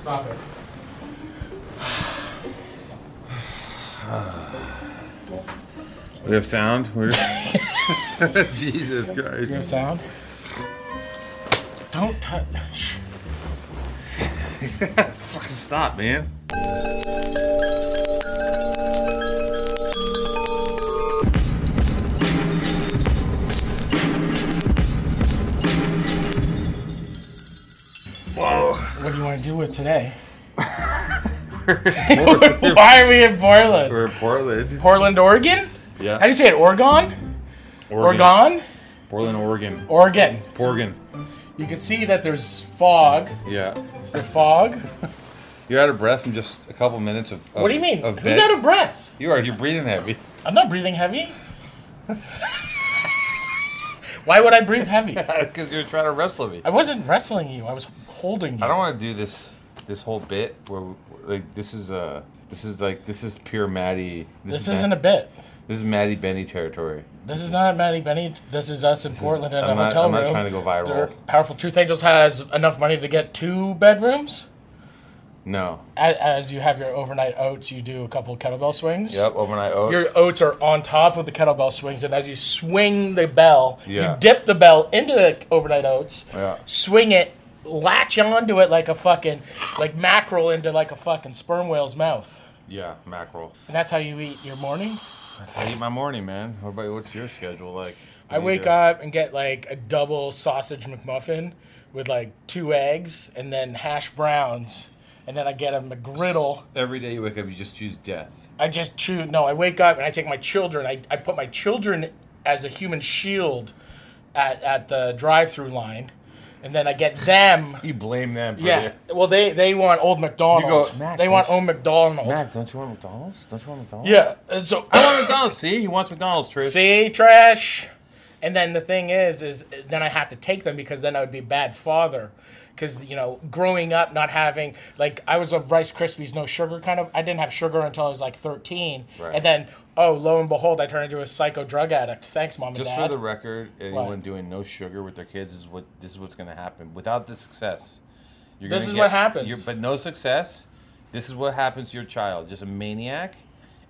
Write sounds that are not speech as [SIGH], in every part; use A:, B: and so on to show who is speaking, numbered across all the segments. A: Stop it.
B: [SIGHS] We have sound. We're [LAUGHS] Jesus Christ.
A: You have sound? Don't touch.
B: [LAUGHS] Fucking stop, [LAUGHS] man. [LAUGHS]
A: What do you want to do with today? Why are we in Portland?
B: We're in Portland.
A: Portland, Oregon?
B: Yeah.
A: How do you say it? Oregon?
B: Oregon.
A: Oregon?
B: Portland, Oregon.
A: Oregon.
B: Oregon.
A: You can see that there's fog.
B: Yeah.
A: Is there fog?
B: You're out of breath from just a couple minutes of. of
A: What do you mean?
B: Of
A: Who's
B: bed.
A: out of breath?
B: You are. You're breathing heavy. [LAUGHS]
A: I'm not breathing heavy. [LAUGHS] Why would I breathe heavy?
B: Because you're trying to wrestle me.
A: I wasn't wrestling you. I was holding you.
B: I don't want to do this. This whole bit where we- like this is uh this is like this is pure Maddie.
A: this
B: is
A: isn't a
B: Matt-
A: bit.
B: This is Maddie Benny territory.
A: This is not Maddie Benny. This is us in Portland in a
B: I'm not-
A: hotel
B: I'm not
A: room.
B: trying to go viral.
A: Their Powerful Truth Angels has enough money to get two bedrooms.
B: No.
A: As, as you have your overnight oats, you do a couple of kettlebell swings.
B: Yep. Overnight oats.
A: Your oats are on top of the kettlebell swings, and as you swing the bell,
B: Yeah.
A: you dip the bell into the overnight oats,
B: Yeah.
A: swing it, latch onto it like a fucking, like mackerel into like a fucking sperm whale's mouth.
B: yeah. Mackerel.
A: And that's how you eat your morning.
B: I eat my morning, man. What about what's your schedule like?
A: I wake up and get like a double sausage McMuffin with like two eggs and then hash browns. And then I get a McGriddle.
B: Every day you wake up, you just choose death.
A: I just chew. No, I wake up and I take my children. I, I put my children as a human shield at, at the drive through line. And then I get them.
B: You blame them for
A: Yeah. Well, they, they want Old McDonald.
B: Mac,
A: They want
B: don't
A: Old McDonald.
B: don't you want McDonald's? Don't you want McDonald's?
A: Yeah. And so
B: I want McDonald's. See, he wants McDonald's, Trish.
A: See, trash. And then the thing is, is then I have to take them because then I would be a bad father. Because you know, growing up not having like I was a Rice Krispies no sugar kind of. I didn't have sugar until I was like thirteen,
B: Right.
A: and then oh, lo and behold, I turned into a psycho drug addict. Thanks, mom and
B: Just
A: dad.
B: for the record, anyone
A: What?
B: doing no sugar with their kids is what this is what's going to happen. Without the success, you're
A: This
B: gonna
A: is
B: get-
A: what happens.
B: you're- But no success, this is what happens to your child. Just a maniac.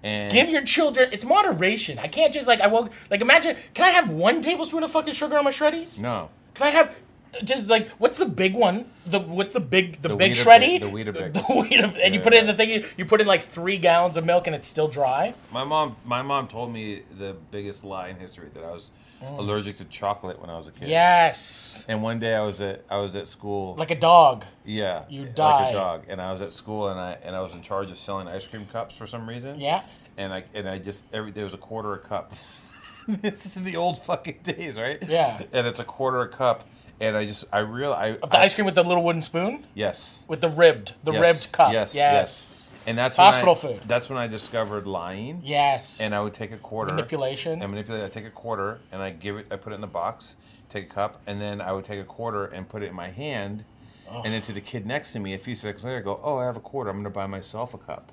B: And
A: Give your children it's moderation. I can't just like I woke like imagine. Can I have one tablespoon of fucking sugar on my shreddies?
B: no.
A: Can I have just like what's the big one? The what's the big the,
B: The
A: big
B: Weetabix-
A: shreddy?
B: the Weetabix.
A: [LAUGHS] The Weetab- and you put it in the thing. You put in like three gallons of milk and it's still dry.
B: My mom, my mom told me the biggest lie in history that I was
A: Mm.
B: allergic to chocolate when I was a kid.
A: Yes,
B: And one day I was at I was at school.
A: like a dog.
B: Yeah.
A: You
B: Like
A: die.
B: a dog. And I was at school and I and I was in charge of selling ice cream cups for some reason.
A: Yeah.
B: And I and I just every there was a quarter a cup. [LAUGHS] this is in the old fucking days, right?
A: Yeah.
B: And it's a quarter a cup and I just I real I,
A: Of the
B: I-
A: ice cream with the little wooden spoon,
B: Yes.
A: with the ribbed, the
B: yes,
A: ribbed cup.
B: Yes.
A: Yes,
B: Yes.
A: yes,
B: And that's
A: Hospital
B: when I,
A: food.
B: That's when I discovered lying. And I would take a quarter.
A: Manipulation.
B: I manipulate. I take a quarter and I give it. I put it in the box. Take a cup, and then I would take a quarter and put it in my hand, and then to the kid next to me. A few seconds later, I go, "Oh, I have a quarter. I'm gonna buy myself a cup."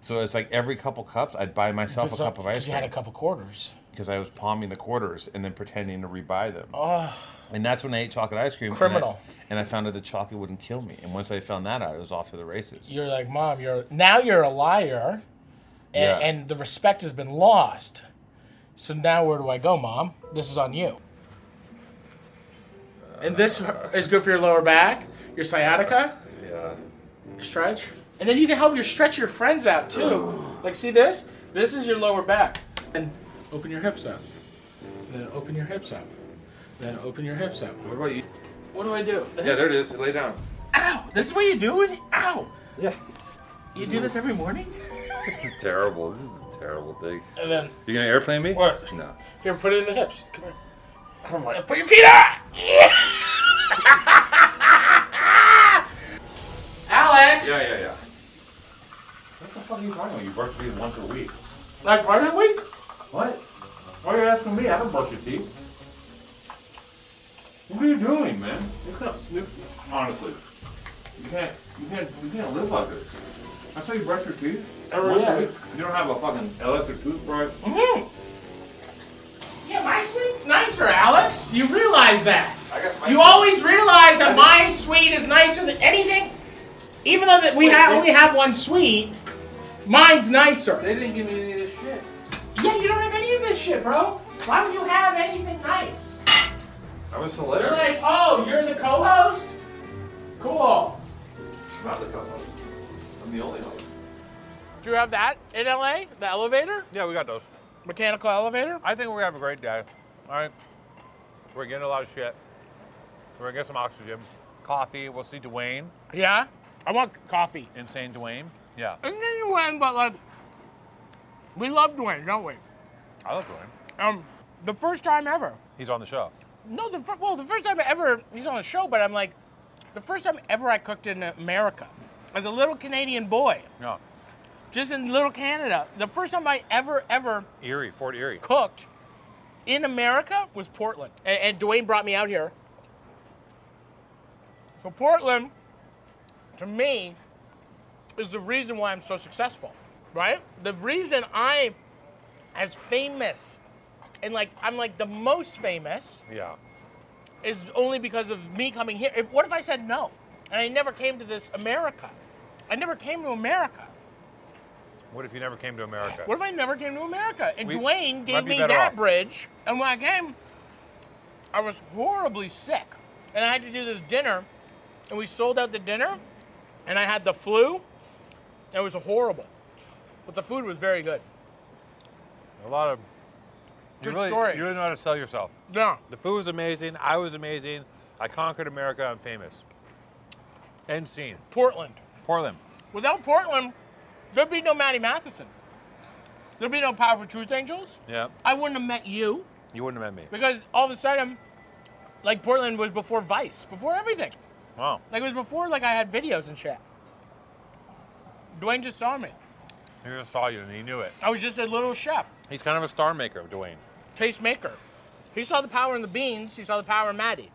B: So it's like every couple cups, I'd buy myself a
A: So-
B: cup of ice
A: you had a
B: cream
A: couple quarters.
B: because I was palming the quarters and then pretending to rebuy them. And that's when I ate chocolate ice cream. and I-
A: Criminal.
B: And I, found out the chocolate wouldn't kill me. And once I found that out, it was off to the races.
A: You're like, mom. You're now you're a liar, and,
B: Yeah.
A: and the respect has been lost. So now where do I go, mom? This is on you. And this is good for your lower back, your sciatica
B: Yeah.
A: stretch, and then you can help your stretch your friends out too. Like, see this? This is your lower back, and open your hips up. Then open your hips up. Then open your hips up.
B: What about you?
A: What do I do?
B: is. Lay down.
A: Ow! This is what you do with ow.
B: Yeah.
A: You do this every morning?
B: [LAUGHS] This is terrible. This is a terrible thing.
A: And then
B: You gonna airplane me?
A: What?
B: No.
A: here, put it in the hips. Come here.
B: I don't like.
A: Put your feet up! [LAUGHS] Alex!
B: Yeah, yeah, yeah. What the fuck are you talking about? You brush your teeth once a week.
A: Like part of the week?
B: What? Why are you asking me? I don't brush your teeth. What are you doing, man? You can't. You, honestly, you can't. You can't. You can't live like this. That's how you brush your teeth every
A: Once a
B: day.
A: week?
B: You don't have a fucking electric toothbrush.
A: Mm-hmm. Yeah, my sweet's nicer, Alex. You realize that.
B: I got
A: You always realize that my sweet is nicer Even though that we ha- only have one suite, mine's nicer.
B: They didn't give me any of this shit.
A: Yeah, you don't have any of this shit, bro. Why would you have anything nice?
B: I was so
A: They're like, oh, you're the co-host. Cool.
B: Not the co-host. I'm the only host.
A: Do you have that in LA? The elevator,
B: Yeah, we got those.
A: mechanical elevator.
B: I think we're gonna have a great day. All right. We're getting a lot of shit. We're gonna get some oxygen, coffee. We'll see Dwayne,
A: Yeah, I want coffee.
B: insane Dwayne. Yeah,
A: And then you went, but like, we love Dwayne, don't we?
B: I love Dwayne.
A: Um, the first time ever.
B: He's on the show.
A: No, the fir- well, the first time ever he's on the show, but I'm like, the first time ever I cooked in America as a little Canadian boy,
B: Yeah,
A: just in little Canada. The first time I ever ever
B: Erie, Fort Erie.
A: cooked in America was Portland, and, and Dwayne brought me out here. So Portland, to me, is the reason why I'm so successful, right? The reason I'm as famous, and like I'm like the most famous
B: Yeah.
A: is only because of me coming here. If, what if I said no? And I never came to this America. I never came to America.
B: What if you never came to America?
A: What if I never came to America? And
B: We-
A: Dwayne
B: might
A: gave
B: be
A: me
B: better
A: that
B: off.
A: bridge. And when I came, I was horribly sick. And I had to do this dinner. And we sold out the dinner. And I had the flu. It was horrible. But the food was very good.
B: A lot of. You
A: Good
B: really,
A: story.
B: You really know how to sell yourself.
A: Yeah.
B: The food was amazing. I was amazing. I conquered America. I'm famous. End scene.
A: Portland.
B: Portland.
A: Without Portland, there'd be no Maddie Matheson. There'd be no Power for Truth Angels.
B: Yeah.
A: I wouldn't have met you.
B: You wouldn't have met me.
A: because all of a sudden, like Portland was before Vice, before everything.
B: Wow.
A: Like it was before like I had videos and shit. Dwayne just saw me.
B: He just saw you and he knew it.
A: I was just a little chef,
B: He's kind of a star maker, Dwayne.
A: taste maker. He saw the power in the beans. He saw the power in Maddie.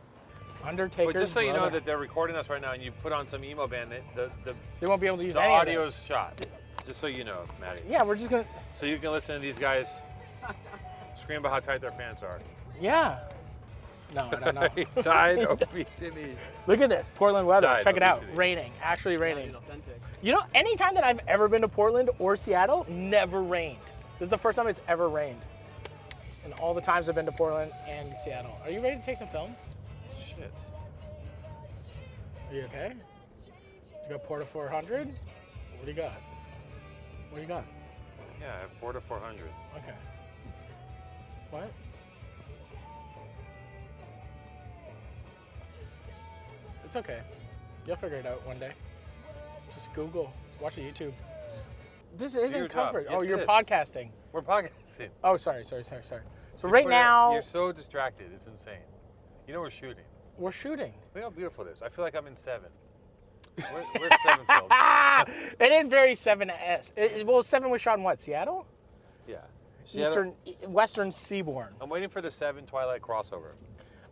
A: Undertaker.
B: But just so you know that they're recording us right now, and you put on some emo band, it- the the,
A: they won't be able to use
B: the
A: any
B: audio
A: of
B: is
A: this.
B: shot. Just so you know, Maddie.
A: Yeah, we're just gonna.
B: So you can listen to these guys scream about how tight their pants
A: [LAUGHS]
B: are.
A: Yeah. No, no,
B: [LAUGHS]
A: no.
B: tight obesity.
A: Look at this Portland weather.
B: Died,
A: Check it out.
B: obesity.
A: Raining. Actually raining. You know, any time that I've ever been to Portland or Seattle, never rained. This is the first time it's ever rained. And all the times I've been to Portland and Seattle. Are you ready to take some film?
B: Shit.
A: Are you okay? You got Porta 400? What do you got? What do you got?
B: Yeah, I have four to four hundred.
A: Okay. What? It's okay. You'll figure it out one day. Just Google, watch a YouTube. This
B: your
A: isn't
B: job.
A: covered.
B: Yes,
A: oh,
B: it
A: you're
B: is.
A: podcasting.
B: We're podcasting.
A: Oh, sorry, sorry, sorry, sorry. So right
B: We're-
A: now
B: you're so distracted. It's insane. You know we're shooting.
A: we're shooting. [LAUGHS]
B: Look how beautiful it is. I feel like I'm in seven. We're, we're
A: [LAUGHS]
B: seven filmed.
A: Ah, it is very seven s. Well, seven was shot in what? Seattle,
B: Yeah.
A: Eastern, e- Western Seabourn.
B: I'm waiting for the seven Twilight crossover.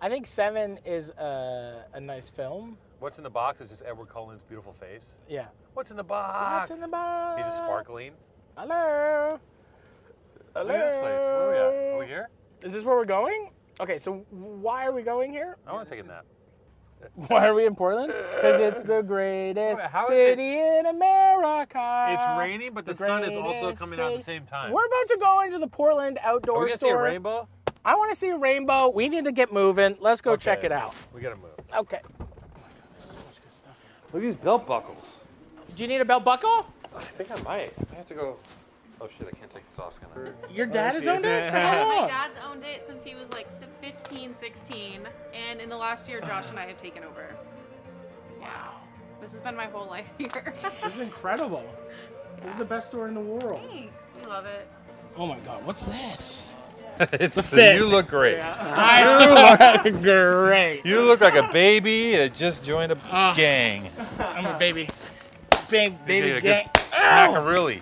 A: I think seven is a, a nice film.
B: What's in the box is just Edward Cullen's beautiful face.
A: Yeah.
B: What's in the box?
A: What's in the box?
B: He's just sparkling.
A: Hello. Hello.
B: Look at this place. Where are we at? Are we here?
A: Is this where we're going? Okay, so why are we going here?
B: I want to take a nap.
A: [LAUGHS] Why are we in Portland? Because it's the greatest
B: Wait, how is
A: city in America.
B: It's raining, but the sun is also
A: greatest
B: coming out at the
A: city-
B: same time.
A: We're about to go into the Portland
B: Are
A: outdoor
B: we gonna see a
A: store.
B: rainbow?
A: I want to see a rainbow. We need to get moving. Let's go check
B: Okay.
A: it out.
B: We gotta move.
A: Okay. There's so much good stuff here.
B: Look at these belt buckles.
A: Do you need a belt buckle?
B: I think I might. I have to go. Oh shit! I can't take this off. Can [LAUGHS] I?
A: Your dad has
B: she
A: owned
B: is.
A: it for how
C: My
B: [LAUGHS]
A: long?
C: dad's owned it since he was like 15, 16, and in the last year, Josh and I have taken over. Yeah, this has been my whole life here.
A: This is incredible. This is the best store in the world.
C: [LAUGHS] Thanks, we love it.
A: Oh my god, what's this?
B: it's
A: fit.
B: you look great.
A: I look [LAUGHS] great.
B: You look like a baby that just joined a gang.
A: I'm a baby. Big baby
B: Did a
A: gang.
B: good Snackaroolie.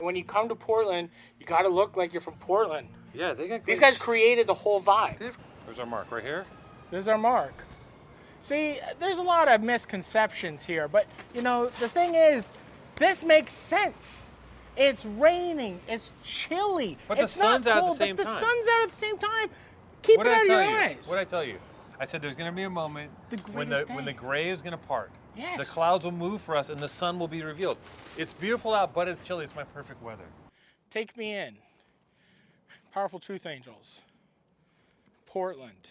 A: When you come to Portland, you gotta look like you're from Portland.
B: Yeah, they got.
A: These guys created the whole vibe.
B: There's our mark right here.
A: This is our mark. See, there's a lot of misconceptions here, but you know, the thing is, this makes sense. It's raining, it's chilly.
B: But the
A: it's not
B: sun's out at the
A: cold,
B: same
A: but
B: time.
A: The sun's out at the same time. Keep
B: What
A: it
B: did
A: out
B: I
A: of your
B: tell you?
A: eyes.
B: What did I tell you? I said there's going to be a moment
A: The
B: when the
A: greatest
B: when the
A: day.
B: gray is going to part. The
A: Yes.
B: clouds will move for us and the sun will be revealed. It's beautiful out, but it's chilly. It's my perfect weather.
A: Take me in. Powerful Truth Angels. Portland.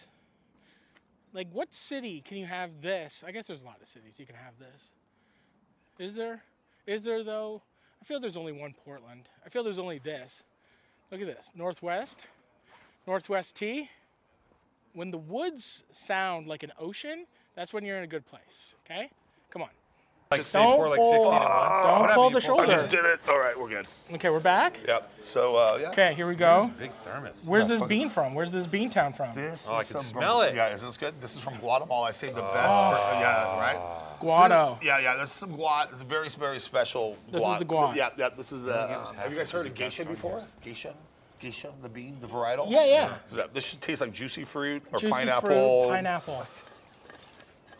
A: Like, what city can you have this? I guess there's a lot of cities you can have this. Is there? Is there, though? I feel there's only one Portland. I feel there's only this. Look at this Northwest, Northwest T. When the woods sound like an ocean, that's when you're in a good place, okay? Come on.
B: Like
A: don't
B: pour like
A: pull-
B: 16 at once.
A: don't
B: Whatever,
A: pull
B: you pour
A: the
B: something.
A: shoulder.
D: Just did it. All right, we're good.
A: Okay, we're back.
D: Yep. So uh, yeah.
A: Okay, here we go.
B: Big thermos. [LAUGHS]
A: Where's
D: Yeah,
A: this
D: fuck it.
A: bean from? Where's this bean town from?
D: This
B: Oh,
D: is
B: I can
D: some-
B: smell it. Oh.
D: Yeah, is this good? This is from Guatemala. I saved the best. For, yeah, right.
A: Guado.
D: Yeah, yeah. This is some guat. It's a very, very special.
A: This is
D: guat.
A: the guat.
D: Yeah, yeah. This is the. uh,
B: half
D: have you
B: of
D: guys
B: it
D: heard
B: is
D: of
B: a
D: geisha
B: cast iron
D: before?
B: gas.
D: Geisha, geisha, the bean, the varietal.
A: Yeah, yeah.
D: Is that- this should taste like juicy fruit or
A: Juicy
D: pineapple.
A: fruit, pineapple.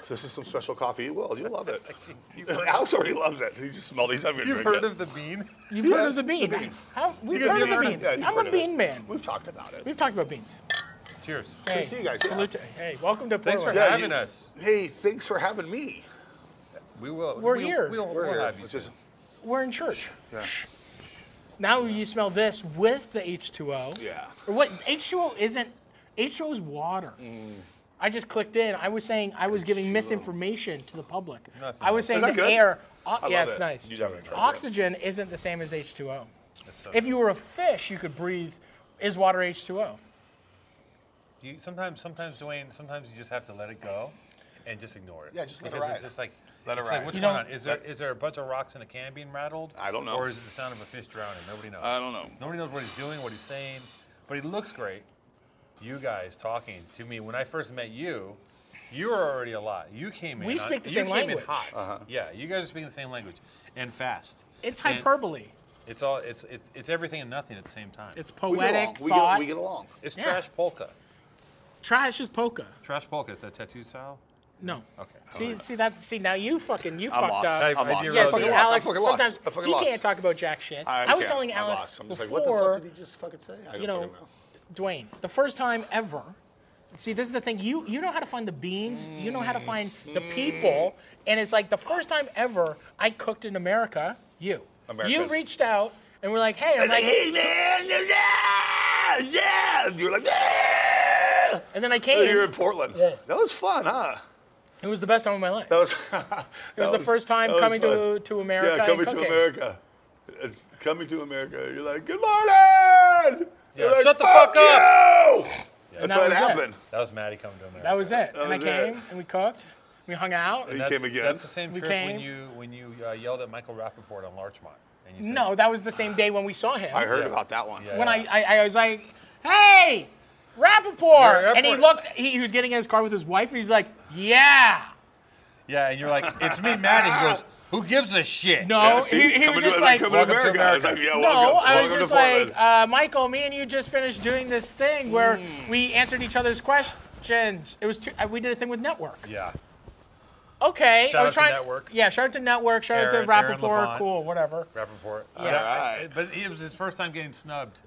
D: This is some special coffee. Well, you'll love it. [LAUGHS] Alex already loves it. He just smelled. it. He's having a
B: You've
D: drink.
B: heard
D: it.
B: of the bean?
A: You've heard of the bean. How, we've
D: guys
A: heard of
D: have
A: the
D: heard of-
A: beans.
D: yeah, you've
A: I'm
D: heard
A: a
D: of it.
A: bean man.
D: We've talked about it.
A: We've talked about beans.
B: Cheers.
A: Hey,
D: see you guys, yeah.
A: Salute. to- Hey, welcome to
B: Thanks for
A: Portland.
D: Yeah,
B: having
D: you-
B: us.
D: Hey, thanks for having me.
B: We will.
A: We're
B: we,
A: here.
B: We'll, we'll
D: We're here.
B: have you.
D: It's just-
B: soon.
A: We're in church.
D: Yeah.
A: Now you smell this with the H2O.
D: Yeah.
A: Or what? H2O isn't. H2O is water.
D: Mm.
A: I just clicked in. I was saying I was giving
D: H2O.
A: misinformation to the public.
B: Nothing
A: I was
B: else.
A: saying
D: Is
A: the
D: that good?
A: air. o-
D: I
A: yeah,
D: love
A: it's
D: it.
A: nice.
D: You definitely tried it.
A: Oxygen isn't the same as H2O.
B: That's so
A: If you were a fish, you could breathe. Is water H2O?
B: You sometimes, sometimes Dwayne, sometimes you just have to let it go, and just ignore it.
D: Yeah, just let it
B: because
D: ride.
B: it's just like
D: Let it
B: it's
D: ride.
B: Like, what's
A: You
B: going
A: don't-
B: on? Is there is there a bunch of rocks in a can being rattled?
D: I don't know.
B: Or is it the sound of a fish drowning? Nobody knows.
D: I don't know.
B: Nobody knows what he's doing, what he's saying, but he looks great. You guys talking to me when I first met you, you were already a lot. You came in.
A: We
B: on-
A: speak the
B: you
A: same
B: came
A: language.
B: In hot.
D: Uh-huh.
B: Yeah, you guys are speaking the same language and fast.
A: It's
B: And
A: hyperbole.
B: It's all. It's it's it's everything and nothing at the same time.
A: It's
D: We get along.
A: poetic
D: We
A: thought.
D: get, we get along.
B: it's
A: yeah.
B: trash polka.
A: Trash is polka.
B: Trash polka. It's that tattoo style.
A: No.
B: Okay.
A: See, see that. See now you fucking you
D: I'm
A: fucked
D: lost.
A: up.
B: I-
D: I'm
B: I
D: lost.
B: did
D: I'm
A: yeah,
B: realize
A: see,
D: fucking
B: that.
D: lost.
A: Alex.
D: I'm fucking lost.
A: Sometimes
D: I'm fucking
A: he
D: lost.
A: can't talk about jack shit.
D: I,
A: was
D: can't.
A: telling
D: I'm
A: Alex
D: lost. I'm just like,
A: before,
D: what the fuck did he just fucking say? I don't
A: you know,
D: fucking
A: Dwayne, the first time ever. See, this is the thing. You you know how to find the beans. You know how to find
D: Mm.
A: the people, and it's like the first time ever I cooked in America. You. You
D: Americas.
A: reached out and we're like, hey, I'm
D: I'm
A: like,
D: like, hey man, yeah, yeah. You're like, yeah.
A: and then I came.
D: You're in Portland.
A: Yeah.
D: That was fun, huh?
A: It was the best time of my life.
D: That was. [LAUGHS] that
A: It was the first time
D: that was
A: coming
D: fun.
A: to, to America.
D: Yeah, coming
A: and
D: to
A: cooking.
D: America. It's coming to America. You're like, good morning. You're
B: Yeah,
D: like,
B: shut the fuck
D: up. That's
A: that
D: what
A: was it.
D: happened.
B: That was Maddie coming to America.
A: That was it. and
D: was
A: I came
D: it.
A: and we cooked. We hung out.
D: He came again.
B: That's the same
A: We
B: trip
A: came.
B: when you when you uh, yelled at Michael Rappaport on Larchmont. And you said,
A: No, that was the same day when we saw him.
D: I heard
B: Yeah.
D: about that one.
B: Yeah.
A: when I, I, I was like, hey,
B: You're
A: Rappaport.
B: an
A: And he
B: airport.
A: looked, he, he was getting in his car with his wife, and he's like, yeah.
B: Yeah, and you're like, it's me, Maddie. He goes, who gives a shit?
A: No,
D: Yeah, see,
A: he, he was
D: coming
A: just
D: to,
A: like,
D: coming to
B: Welcome to
D: America. I was like,
B: America.
D: yeah,
A: no,
D: welcome,
A: I was
D: welcome
A: just
D: to Portland.
A: like, uh, Michael, me and you just finished doing this thing where
B: Mm.
A: we answered each other's questions. It was two, uh, we did a thing with Network.
B: Yeah.
A: Okay,
B: Shout
A: I
B: out
A: was
B: to
A: trying,
B: Network.
A: Yeah, shout out to Network. Shout
B: Aaron-
A: out
B: Aaron Levant.
A: to Rappaport. Cool, whatever.
B: Rappaport.
A: Yeah.
B: I- I- but it was his first time getting snubbed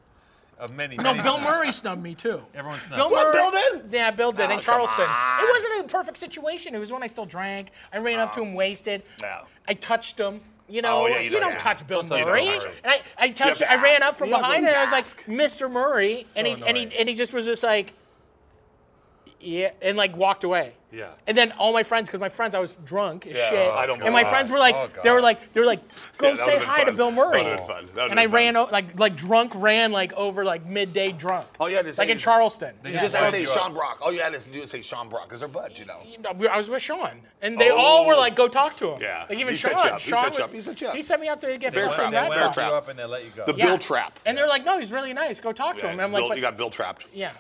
B: of many.
A: No,
B: many
A: Bill
B: times.
A: Murray snubbed me too.
B: Everyone snubbed.
A: Bill
B: you.
A: Murray.
D: Bill did?
A: Yeah, Bill did
D: Oh,
A: in
D: come
A: Charleston.
D: on. Oh.
A: It wasn't a perfect situation. It was when I still drank. I ran up to him wasted.
D: No.
A: I touched him. You know,
D: Oh, yeah,
A: like,
D: you
A: you,
D: don't-
A: don't
D: yeah.
A: touch Bill
B: Don't touch
A: Murray.
B: Bill
A: And
B: Murray.
A: I, I touched.
D: have to
A: I ran
D: ask.
A: up from
D: You have to
A: behind and I was like,
D: ask.
A: Mr. Murray, and he and
B: annoying.
A: he and he just was just like, yeah, and like walked away.
B: Yeah.
A: And then all my friends, because my friends, I was drunk as
D: Yeah, Oh,
A: shit.
D: I don't
A: and my
D: mind.
A: friends were like,
B: Oh,
A: they were
B: God.
A: like, they were like, go
D: Yeah, that
A: say
D: would've been
A: hi to
D: fun.
A: Bill Murray.
D: That would've been fun. That would've
A: and I
D: been
A: ran
D: fun.
A: o- like like drunk ran like over like midday drunk.
D: Oh, yeah, to say
A: like in
D: it's-
A: Charleston.
D: You
A: Yeah.
D: just had to
B: Love
D: say
B: you.
D: Sean Brock. All you had to do is say Sean Brock because they're buds, you know.
A: You know, we- I was with Sean, and they all were
D: Oh.
A: like, "Go talk to him."
D: Yeah.
A: Like even
D: He
A: Sean.
D: set you up. He
A: Sean
D: set you
A: would-
D: up. He set you up.
A: He set me up to get
B: They
A: fucking
D: Bear
B: went-
D: trap,
B: They
A: rat
B: went
A: fucked.
D: bear
B: up
D: trap.
B: you up and they let you go.
D: The
A: Yeah.
D: Bill trap.
A: And they're like, "No, he's really nice. Go talk to him." And I'm
D: Bill-
A: like,
D: you
A: "But-
D: got Bill Oh, trapped.
A: Yeah.
B: yeah.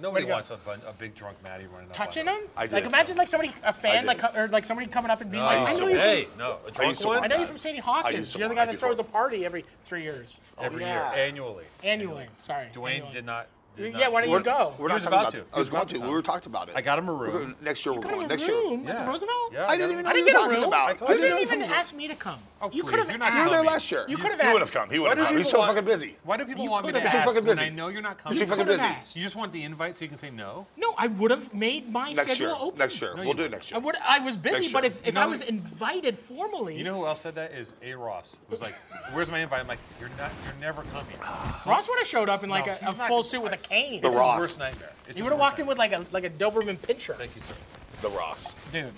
B: Nobody
A: go.
B: wants a, bun- a big drunk Maddie running up.
A: Touching
B: on
A: him?
D: I did.
A: Like imagine like somebody, a fan,
D: did.
A: like co- or like somebody coming up and being
B: No.
A: like, "I know you. From,
B: hey, no, a
D: used
B: drunk
D: to
B: one.
A: I
D: want
A: know you from Sandy Hawkins.
D: to
A: You're the
D: want-
A: guy
D: I
A: that
D: used to
A: throws a
D: want-
A: party every three years,
B: every
D: yeah.
B: year, annually.
A: annually. Sorry.
B: Dwayne
A: annually.
B: did not Did
A: yeah, why don't you
D: We're,
A: go?
D: we're
B: He
D: not
B: was
D: talking
B: about
D: about
B: to.
D: it.
B: He
D: I was
B: was
D: going
B: about
D: to.
B: to.
D: We were talked about it.
B: I got him a
D: We're
B: room.
D: gonna- Next year we're
A: You got
D: going.
A: a
D: Next year.
A: room at
B: Yeah.
A: the Roosevelt?
B: Yeah,
D: I
B: got
D: didn't
B: him.
D: even
B: I
A: I didn't
D: know you
A: get
D: were
A: a
D: talking
A: room.
D: about it.
B: I told
A: You
B: you
A: didn't
B: to
A: even
B: come.
A: ask me to come.
B: Oh,
A: you
B: please,
A: could have.
B: you're not
D: You were there
B: coming.
D: last year.
A: You
D: You
A: could have
D: would
A: asked.
D: have come. He would
B: Why
D: have
B: did
D: come.
B: you
D: He's so
B: want-
D: fucking busy.
B: Why do people
A: You
B: want me to
A: could've
B: ask
A: been so
D: fucking
B: when
D: busy.
B: I know you're not coming?
D: He's so fucking
A: could've
D: busy.
A: asked.
B: You just want the invite so you can say no?
A: No, I would have made my
D: Next
A: schedule
D: year.
A: open.
D: Next year. We'll do it next
A: I
D: year.
A: would. I was busy,
D: Next
A: but
D: year.
A: if, if
B: No,
A: I was
B: you-
A: invited formally,
B: You know who else said that is A. Ross. Who's like, "Where's my invite?" I'm like, "You're not. You're never coming."
A: Ross would have showed up in like
B: No,
A: a,
B: he's
A: a
B: not-
A: full suit with a cane.
D: The
B: It's
D: Ross.
B: his worst nightmare. It's
A: You
B: his
A: would have
B: worst
A: walked in with
B: nightmare.
A: like a like a Doberman pincher,
B: Thank you, sir.
D: The Ross.
A: dude.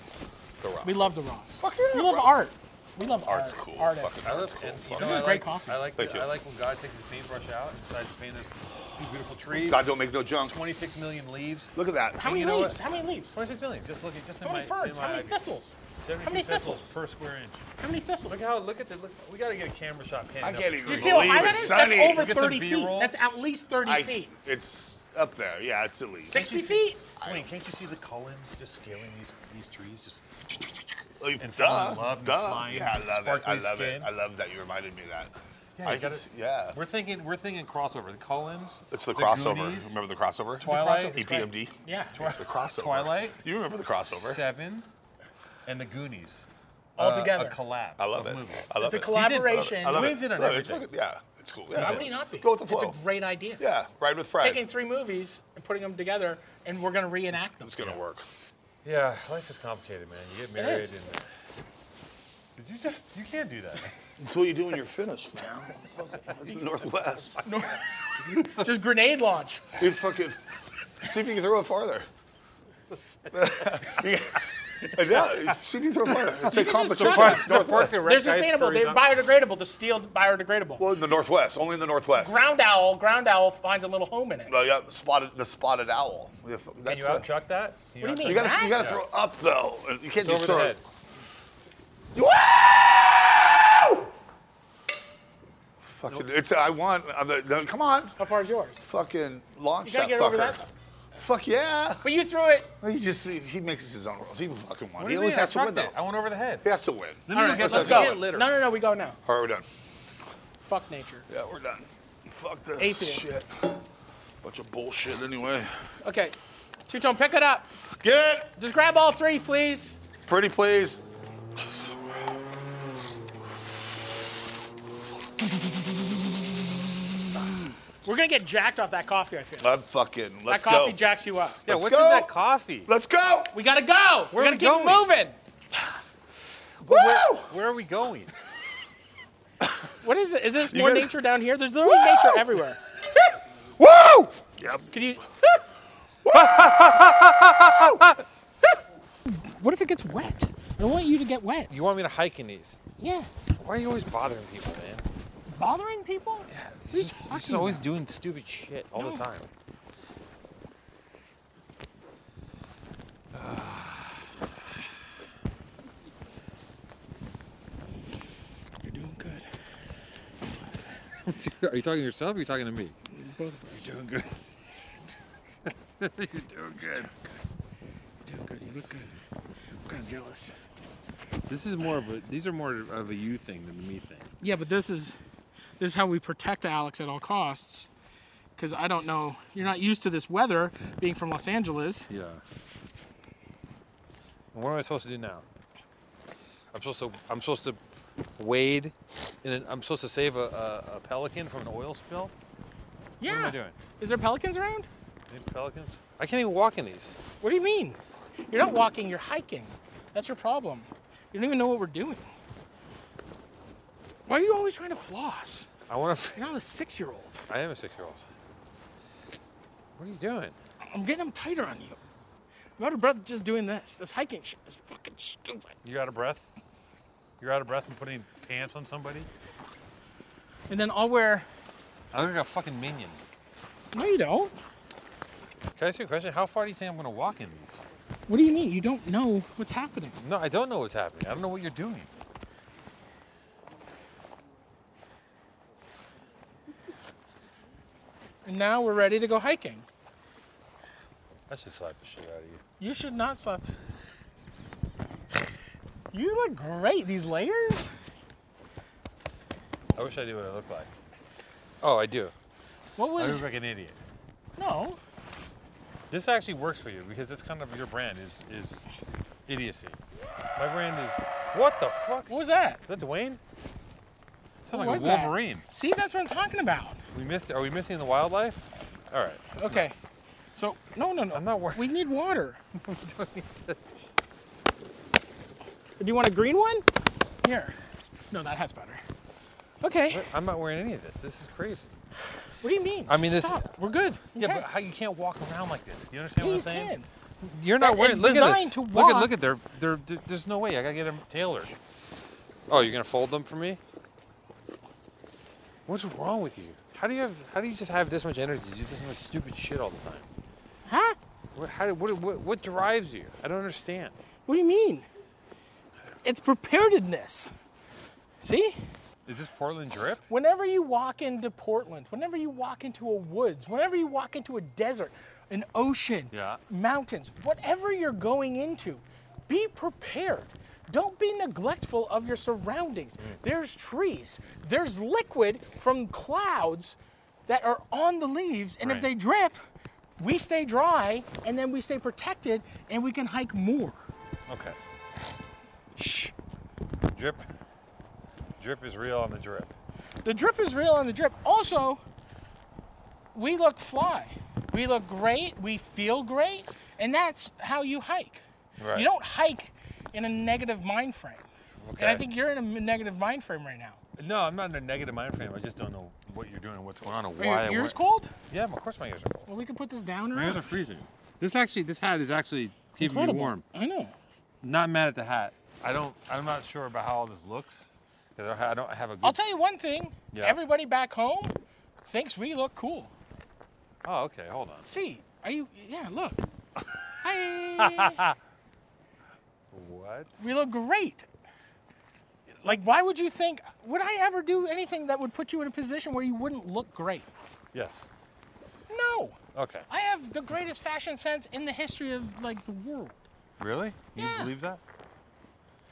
D: The Ross.
A: We love the Ross.
D: Fuck yeah,
A: we love
D: bro.
A: art. We love
D: Art's
A: art.
D: cool.
A: Artists.
D: Fucking
B: I
D: art's
B: love
D: Oh, cool.
B: and, you
D: Fuck.
B: know,
A: This is
B: I
A: great
B: like,
A: coffee.
B: I like,
D: Thank
B: the,
D: you.
B: I like when God takes his paintbrush out and decides to paint us these beautiful trees.
D: God don't make no junk.
B: 26 million leaves.
D: Look at that.
A: How many
B: You know
A: leaves?
B: what?
A: How many leaves?
B: 26 million. Just look at just in
A: How many
B: my, in
A: ferns?
B: my
A: How many
B: eye.
A: thistles?
B: 72
A: How many
B: thistles
A: thistles?
B: per square inch.
A: How many thistles?
B: Look how look at the look. We gotta get a camera shot. panning
D: I
B: up
D: can't
B: the
A: Do
D: even
A: you
B: tree.
A: see how
D: Believe
A: high
D: it,
A: that is? That's
D: Sonny.
A: over
B: Get some
A: 30 feet.
B: B-roll.
A: That's at least 30
D: I-
A: feet.
D: It's up there. Yeah, it's at least.
A: 60 feet?
B: Wayne, can't you see the Cullens just scaling these these trees? Just
D: Like,
B: and
D: duh,
B: fall in love and
D: duh.
B: flying
D: Yeah, I love it. I
B: sparkly
D: love
B: skin.
D: it. I love that you reminded me of that.
B: yeah,
D: I
B: you
D: can
B: gotta,
D: s- yeah.
B: We're thinking we're thinking crossover. The Cullens.
D: It's the crossover.
B: Goonies,
D: Remember the crossover?
B: Twilight.
A: crossover.
D: EPMD.
A: Yeah.
D: It's the crossover.
B: Twilight.
D: You remember the crossover?
B: Seven, and the Goonies.
A: All
B: Uh,
A: together.
B: A collab.
D: I love
B: of
D: it.
B: Movies.
D: I love
A: It's a
D: it.
A: collaboration.
D: I love
B: Wayne's
D: it.
B: in on
D: Love it. It's
B: everything.
D: fucking, yeah, it's cool.
A: Why
D: Yeah.
A: would he not be?
D: Go with the flow.
A: It's a great idea.
D: Yeah, ride with pride.
A: Taking three movies and putting them together, and we're going to reenact them.
D: it's gonna work.
B: Yeah, life is complicated, man. You get married
A: is.
B: and. Did you just? You can't do [LAUGHS] that.
D: That's what you do when you're finished, man. [LAUGHS] It's the Northwest.
A: [LAUGHS] Just grenade launch.
D: You fucking see if you can throw it farther. [LAUGHS] yeah, see if you can throw it farther. It's a
A: try
D: competition.
A: it.
D: Northwest.
A: They're sustainable. They're biodegradable. The steel biodegradable.
D: Well, in the Northwest, only in the Northwest.
A: ground owl. Ground owl finds a little home in it.
D: Well, yeah, spotted the spotted owl. Yeah, f-
B: Can
D: that's
B: you
D: a-
B: out chuck that? Can
A: What do you
D: you
B: out-chuck
A: mean?
D: gotta, you gotta throw up though. You
B: that?
D: can't
B: It's
D: just
B: over
D: throw.
B: the head.
D: Fucking, it's. I want. I'm the, no, come on.
A: How far is yours?
D: Fucking launch
A: You gotta
D: that
A: get
D: fucker.
A: over that.
D: Fuck yeah.
A: But you threw it.
D: Well, He just he, he makes his own rules. He fucking won.
B: What do
D: He
B: you
D: always
B: mean? I
D: has to win
B: chucked it. I
D: though.
B: went over the head.
D: He has to win.
B: Let
A: All right,
B: get-
A: let's,
D: let's
A: go.
B: get litter.
A: No, no, no. We go now.
D: All right, we're done.
A: Fuck nature.
D: Yeah, we're done. Fuck this
A: Atheist.
D: shit. Bunch of bullshit anyway.
A: Okay. Two tone, pick it up.
D: Get
A: Just grab all three, please.
D: pretty, please.
A: We're gonna get jacked off that coffee. I feel.
D: I'm fucking. Let's
A: that coffee
D: go.
A: jacks you up.
B: Yeah,
D: Let's
B: what's
D: go.
B: in that coffee?
D: Let's go.
A: We gotta go.
B: Where
A: we
B: are we
A: gotta keep
B: going?
A: moving.
D: Woo!
B: Where are we going?
A: What is it? Is this
D: You
A: more
D: guys-
A: nature down here? There's literally nature everywhere.
D: Woo! Yep.
A: Could [LAUGHS] you? what if it gets wet? I don't want you to get wet.
B: You want me to hike in these?
A: Yeah.
B: Why are you always bothering people, man?
A: Bothering people?
B: You're just, you're just always doing stupid shit all the time.
A: [SIGHS] You're doing good.
B: [LAUGHS] Are you talking to yourself or are you talking to me?
A: [LAUGHS] You're doing good. You look good. I'm kind of jealous.
B: This is more of a these are more of a you thing than a me thing.
A: Yeah, but this is this is how we protect Alex at all costs. Because I don't know, you're not used to this weather being from Los Angeles.
B: Yeah. And what am I supposed to do now? I'm supposed to I'm supposed to wade in an, I'm supposed to save a, a, a pelican from an oil spill?
A: Yeah.
B: What am I doing?
A: Is there pelicans around?
B: Any pelicans? I can't even walk in these.
A: What do you mean? You're not walking, you're hiking. That's your problem. You don't even know what we're doing. Why are you always trying to floss?
B: I want to
A: You're not a six year old.
B: I am a 6-year-old. What are you doing?
A: I'm getting them tighter on you. I'm out of breath just doing this. This hiking shit is fucking stupid.
B: You out of breath? You're out of breath and putting pants on somebody?
A: And then I'll wear.
B: I look like a fucking minion.
A: No, you don't.
B: Can I ask you a question? How far do you think I'm gonna walk in these?
A: What do you mean? You don't know what's happening.
B: No, I don't know what's happening. I don't know what you're doing.
A: And now we're ready to go hiking.
B: That should slap the shit out of you.
A: You should not slap. You look great. These layers.
B: I wish I knew what I look like. Oh, I do.
A: What
B: I
A: would?
B: look like an idiot.
A: No.
B: This actually works for you because it's kind of your brand is is idiocy. My brand is what the fuck?
A: What was that?
B: Is that Dwayne?
A: What
B: Sounds like
A: was
B: a
A: that?
B: Wolverine.
A: See, that's what I'm talking about.
B: We missed. Are we missing the wildlife? All right.
A: Okay. So no, no, no.
B: I'm not wor-
A: We need water.
B: [LAUGHS]
A: Do you want a green one? Here. No, that has better. Okay. What,
B: Wait, I'm not wearing any of this. This is crazy.
A: do you mean?
B: I mean,
A: Just
B: this-
A: Stop. We're good.
B: Yeah,
A: Okay.
B: but how you can't walk around like this? You understand
A: Yeah,
B: what
A: you
B: I'm saying?
A: can.
B: You're not
A: But
B: wearing.
A: it's
B: Look at
A: designed
B: this.
A: to
B: Look at
A: walk.
B: look at their. They're, they there's no way. I gotta get them tailored. Oh, you're gonna fold them for me? What's wrong with you? How do you have? How do you just have this much energy? You do this much stupid shit all the time.
A: Huh?
B: What, how, do- what, what, what drives you? I don't understand.
A: What do you mean? It's preparedness. See?
B: Is this Portland drip?
A: Whenever you walk into Portland, whenever you walk into a woods, whenever you walk into a desert, an ocean,
B: Yeah.
A: mountains, whatever you're going into, be prepared. Don't be neglectful of your surroundings.
B: Mm.
A: There's trees, there's liquid from clouds that are on the leaves, and if
B: Right.
A: they drip, we stay dry and then we stay protected and we can hike more.
B: Okay.
A: Shh.
B: Drip. Drip is real on the drip.
A: The drip is real on the drip. Also, we look fly. We look great. We feel great. And that's how you hike.
B: Right.
A: You don't hike in a negative mind frame. And I
B: Okay.
A: think you're in a m- negative mind frame right now.
B: No, I'm not in a negative mind frame. I just don't know what you're doing, and what's going on, or
A: Are
B: why.
A: your
B: I
A: ears
B: went-
A: cold?
B: Yeah, of course my ears are cold.
A: Well, we can put this down
B: My
A: around.
B: ears are freezing. This actually, this hat is actually keeping
A: Incredible.
B: me warm.
A: I know.
B: Not mad at the hat. I don't. I'm not sure about how all this looks. 'cause I don't have a good.
A: I'll tell you one thing.
B: Yeah.
A: Everybody back home thinks we look cool.
B: oh, okay. Hold on.
A: See, are you? Yeah,
B: [LAUGHS]
A: look. Hi.
B: What?
A: we look great. Like, why would you think, would I ever do anything that would put you in a position where you wouldn't look great?
B: Yes.
A: No.
B: Okay.
A: I have the greatest fashion sense in the history of, like, the world.
B: Really? You
A: Yeah.
B: believe that?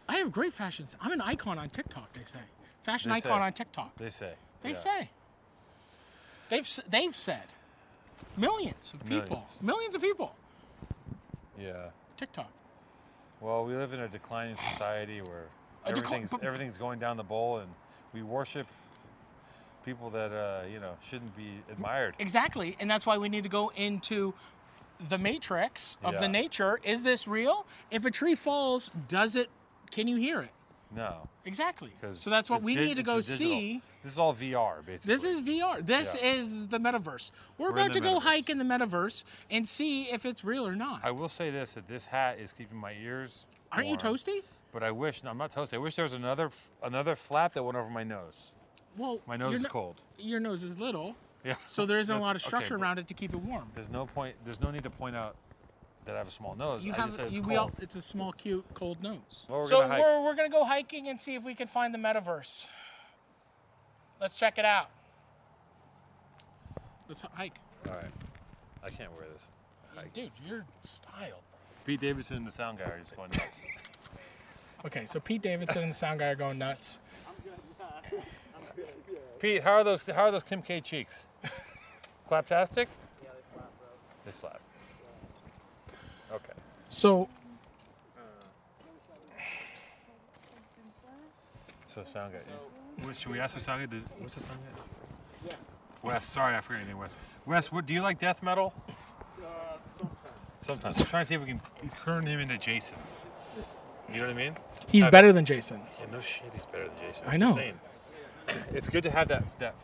A: I have great fashion sense. I'm an icon on TikTok, they say. Fashion
B: They
A: icon
B: say.
A: on TikTok.
B: They say.
A: They
B: Yeah.
A: say. They've, s- they've said. Millions of people.
B: Millions.
A: Millions of people.
B: Yeah.
A: TikTok.
B: Well, we live in a declining society where
A: A decli-
B: everything's
A: but-
B: everything's going down the bowl, and we worship people that uh, you know shouldn't be admired.
A: Exactly, and that's why we need to go into the matrix of the
B: Yeah.
A: nature. Is this real? If a tree falls, does it? Can you hear it?
B: No,
A: Exactly.
B: 'cause
A: So that's what
B: it's
A: we
B: di-
A: need to
B: it's a
A: go
B: digital-
A: see.
B: This is all VR, basically.
A: This is VR. This
B: Yeah.
A: is the metaverse. We're,
B: We're in
A: about to
B: the
A: go
B: metaverse.
A: hike in the metaverse and see if it's real or not.
B: I will say this: that this hat is keeping my ears.
A: Aren't you
B: warm,
A: toasty?
B: But I wish. No, I'm not toasty. I wish there was another f- another flap that went over my nose.
A: Well,
B: My nose
A: your
B: is
A: no-
B: cold. [LAUGHS]
A: Your nose is little,
B: Yeah.
A: so there isn't a
B: That's-
A: lot of
B: okay,
A: structure
B: but
A: around it to keep it warm.
B: There's no point. There's no need to point out that I have a small nose.
A: You
B: I
A: have
B: just said it's
A: you,
B: cold.
A: we all, it's a small, cute, cold nose.
B: Well, we're
A: so
B: gonna hike.
A: we're we're gonna go hiking and see if we can find the metaverse. Let's check it out. Let's h- hike,
B: all right. I can't wear this.
A: dude. You're styled. bro.
B: Pete Davidson and the sound guy are just going nuts.
A: Okay, so Pete Davidson and the sound guy are going nuts.
B: Pete, how are those? How are those Kim K cheeks? Claptastic? They slap. Okay.
A: So
B: So sound guy. What, should we ask the sound guy? does- What's the sound guy? Wes. Sorry, I forgot your name, Wes. Wes, what, do you like death metal? Uh, sometimes. Sometimes. I'm trying to see if we can turn him into Jason. You know what I mean?
A: he's better than Jason.
B: Yeah, no shit, he's better than Jason.
A: I
B: I'm just
A: know.
B: saying. It's good to have that that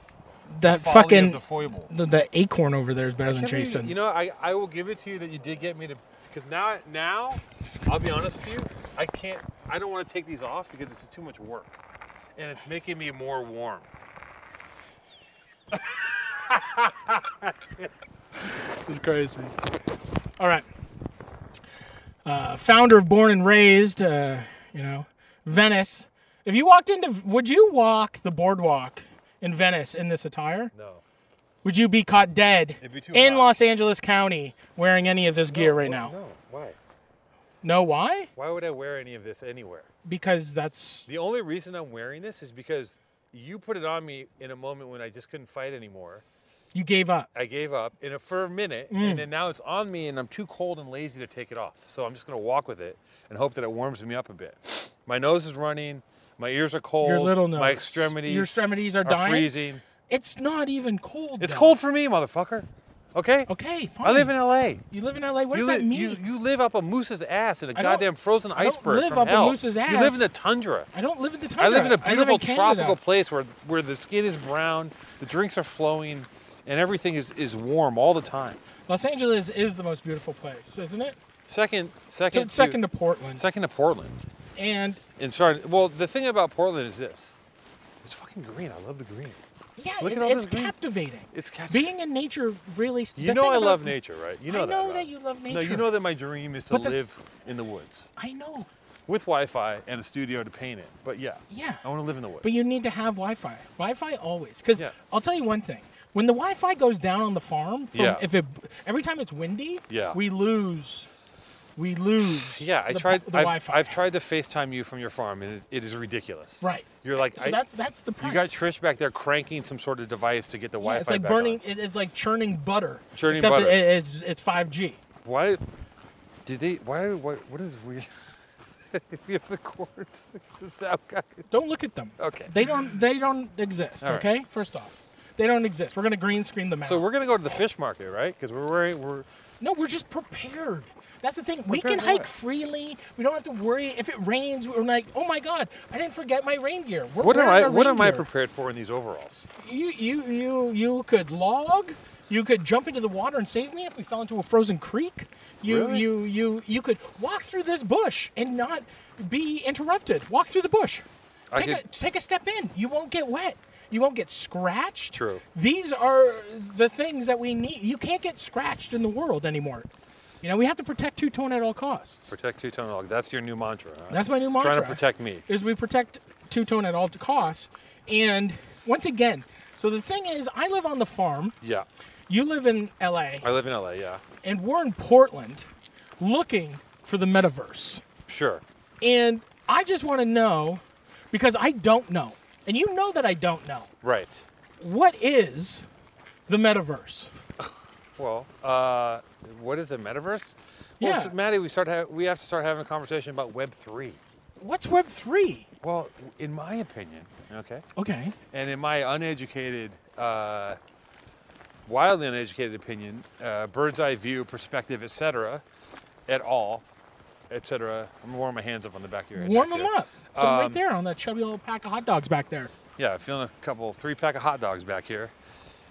A: That
B: folly
A: fucking
B: of the foible.
A: the, the acorn over there is better than
B: Can't believe-
A: Jason.
B: You know, I, I will give it to you that you did get me to because now now I'll be honest with you, I can't I don't want to take these off because this is too much work, and it's making me more warm.
A: This is crazy. All right. Uh, founder of Born and Raised, uh, you know, Venice. If you walked into, would you walk the boardwalk in Venice in this attire?
B: No.
A: Would you be caught dead
B: It'd be too
A: in
B: hot.
A: Los Angeles County wearing any of this gear right now?
B: No. Why?
A: No, why?
B: Why would I wear any of this anywhere?
A: Because that's
B: The only reason I'm wearing this is because you put it on me in a moment when I just couldn't fight anymore,
A: You gave up.
B: I gave up in a, for a minute,
A: Mm.
B: and then now it's on me, and I'm too cold and lazy to take it off. So I'm just gonna walk with it and hope that it warms me up a bit. My nose is running, my ears are cold,
A: Your little nose.
B: my extremities,
A: Your extremities are
B: are
A: dying?
B: freezing.
A: It's not even cold.
B: It's
A: though.
B: cold for me, motherfucker. Okay.
A: Okay, fine.
B: I live in L.A.
A: You live in LA. What
B: you,
A: does that
B: li-
A: mean?
B: you you live up a moose's ass in a
A: don't-
B: goddamn frozen
A: don't
B: iceberg
A: live
B: from
A: up a
B: hell.
A: moose's
B: You live
A: ass.
B: in the tundra.
A: I don't live in the tundra.
B: I live in a beautiful
A: Canada.
B: tropical place where where the skin is brown, the drinks are flowing, and everything is, is warm all the time.
A: Los Angeles is the most beautiful place, isn't it?
B: Second,
A: So
B: second,
A: it's second to Portland.
B: second to Portland.
A: and
B: And sorry, well, the thing about Portland is this: it's fucking green. I love the green.
A: yeah,
B: Look
A: it-
B: at all this
A: it's
B: green.
A: captivating.
B: It's captiv-
A: Being in nature really.
B: You
A: the
B: know
A: thing
B: I
A: about-
B: love nature, right? You know
A: I
B: that.
A: know
B: right?
A: that you love
B: No,
A: nature.
B: you know that my dream is to
A: But the-
B: live in the woods
A: I know,
B: with Wi-Fi and a studio to paint in. But yeah,
A: Yeah.
B: I want to live in the woods.
A: but you need to have Wi-Fi. Wi-Fi always, because
B: Yeah.
A: I'll tell you one thing: when the Wi-Fi goes down on the farm, from
B: Yeah.
A: if it every time it's windy,
B: Yeah.
A: we lose, we lose.
B: Yeah, I
A: the,
B: tried.
A: the
B: I've,
A: Wi-Fi.
B: I've tried to FaceTime you from your farm, and it, it is ridiculous.
A: Right.
B: You're like,
A: so
B: I-
A: that's that's the price.
B: you got Trish back there cranking some sort of device to get the
A: Yeah,
B: Wi-Fi.
A: it's like
B: back
A: burning.
B: on.
A: it- It's like churning butter.
B: Churning
A: except
B: butter.
A: It, it's, it's 5G.
B: Why? Did they? Why? What? What is weird? [LAUGHS] we have the cords. [LAUGHS] Is that guy?
A: Don't look at them.
B: Okay.
A: They don't. They don't exist.
B: All right.
A: okay. First off, they don't exist. We're gonna green screen them out.
B: So we're gonna go to the fish market, right? Because we're wearing we're
A: no, we're just prepared. That's the thing. We
B: Prepared
A: can
B: for
A: hike
B: what?
A: freely. We don't have to worry if it rains. We're like, oh my god, I didn't forget my rain gear. We're
B: what am I
A: wearing our
B: what
A: rain
B: am I
A: gear.
B: prepared for in these overalls?
A: You you you you could log. You could jump into the water and save me if we fell into a frozen creek. You
B: Really?
A: you you you could walk through this bush and not be interrupted. Walk through the bush.
B: I
A: take a
B: could-
A: take a step in. You won't get wet. You won't get scratched.
B: True.
A: These are the things that we need. You can't get scratched in the world anymore. You know, we have to protect two tone at all costs.
B: Protect two tone log. That's your new mantra. Huh?
A: That's my new
B: Trying
A: mantra.
B: to protect me.
A: Is we protect two tone at all costs. And once again, so the thing is, I live on the farm.
B: Yeah.
A: You live in LA,
B: I live in LA. Yeah.
A: and we're in Portland, looking for the metaverse.
B: Sure.
A: And I just want to know, because I don't know, and you know that I don't know.
B: Right.
A: What is the metaverse?
B: Well, uh, what is the metaverse? Well,
A: Yeah.
B: so, Maddie, we start ha- we have to start having a conversation about Web three.
A: What's Web three?
B: Well, in my opinion, okay,
A: Okay.
B: and in my uneducated, uh, wildly uneducated opinion, uh, bird's eye view, perspective, etc., et al., etc. I'm warming my hands up on the back of your head.
A: Warm
B: Nick,
A: them
B: yeah.
A: up. Put 'em right
B: Um,
A: there on that chubby little pack of hot dogs back there.
B: Yeah, feeling a couple, three pack of hot dogs back here.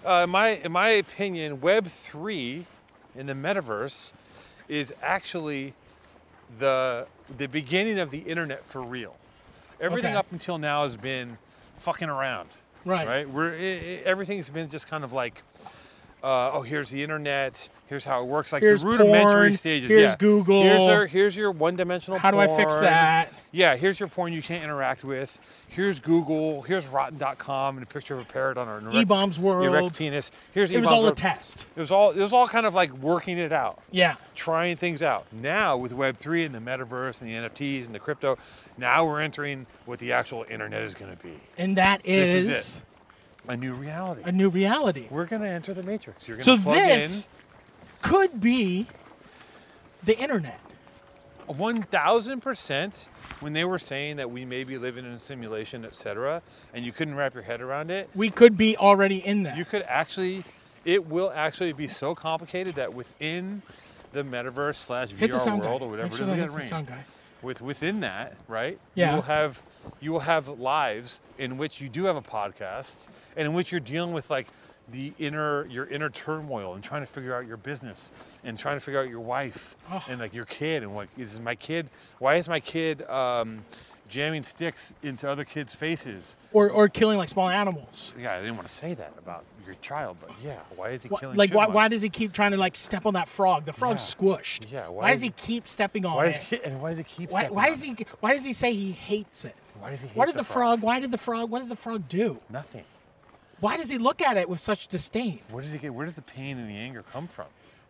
B: Uh, in my, in my opinion, Web three in the metaverse is actually the the beginning of the internet for real. Everything
A: Okay.
B: up until now has been fucking around.
A: Right.
B: Right. We're i i everything's been just kind of like, uh, oh, here's the internet. Here's how it works. Like
A: Here's
B: the rudimentary
A: porn,
B: stages.
A: here's
B: yeah.
A: Google.
B: Here's our, here's your one-dimensional.
A: How do I fix
B: porn.
A: that?
B: Yeah, here's your porn you can't interact with. Here's Google. Here's Rotten.com and a picture of a parrot on an erect,
A: E-Bombs World.
B: erect penis. Here's
A: It was
B: E-Bombs
A: all a
B: World.
A: test.
B: It was all it was all kind of like working it out,
A: Yeah.
B: trying things out. Now with Web three and the metaverse and the NFTs and the crypto, now we're entering what the actual internet is going to be.
A: And that is,
B: is it. A new reality.
A: a new reality.
B: we're going to enter the matrix. You're going
A: So
B: to plug
A: this could be the internet.
B: in one thousand percent when they were saying that we may be living in a simulation, etc., and you couldn't wrap your head around it.
A: We could be already in that.
B: you could actually it will actually be so complicated that within the metaverse slash VR
A: Hit the sound
B: world
A: guy.
B: or whatever
A: Make sure
B: it
A: that
B: is,
A: hits the
B: ring,
A: sound guy.
B: with within that right
A: Yeah.
B: you will have you will have lives in which you do have a podcast and in which you're dealing with like the inner your inner turmoil and trying to figure out your business and trying to figure out your wife
A: Ugh.
B: and like your kid and like is my kid why is my kid um, jamming sticks into other kids faces
A: Or, or killing like small animals.
B: yeah, I didn't want to say that about your child, but yeah, why is he
A: Wh-
B: killing?
A: like why, why
B: chipmunks?
A: does he keep trying to like step on that frog? The frog's
B: Yeah.
A: squished.
B: Yeah,
A: Why,
B: why
A: does
B: is-
A: he keep stepping on
B: Why
A: it?
B: does he? And why does he keep?
A: why,
B: stepping
A: why
B: on
A: does
B: it?
A: he? Why does he say he hates it?
B: Why does he?
A: What
B: hate
A: did the frog? Why did the frog? What did the frog do?
B: Nothing.
A: Why does he look at it with such disdain?
B: Where does he get? Where does the pain and the anger come from?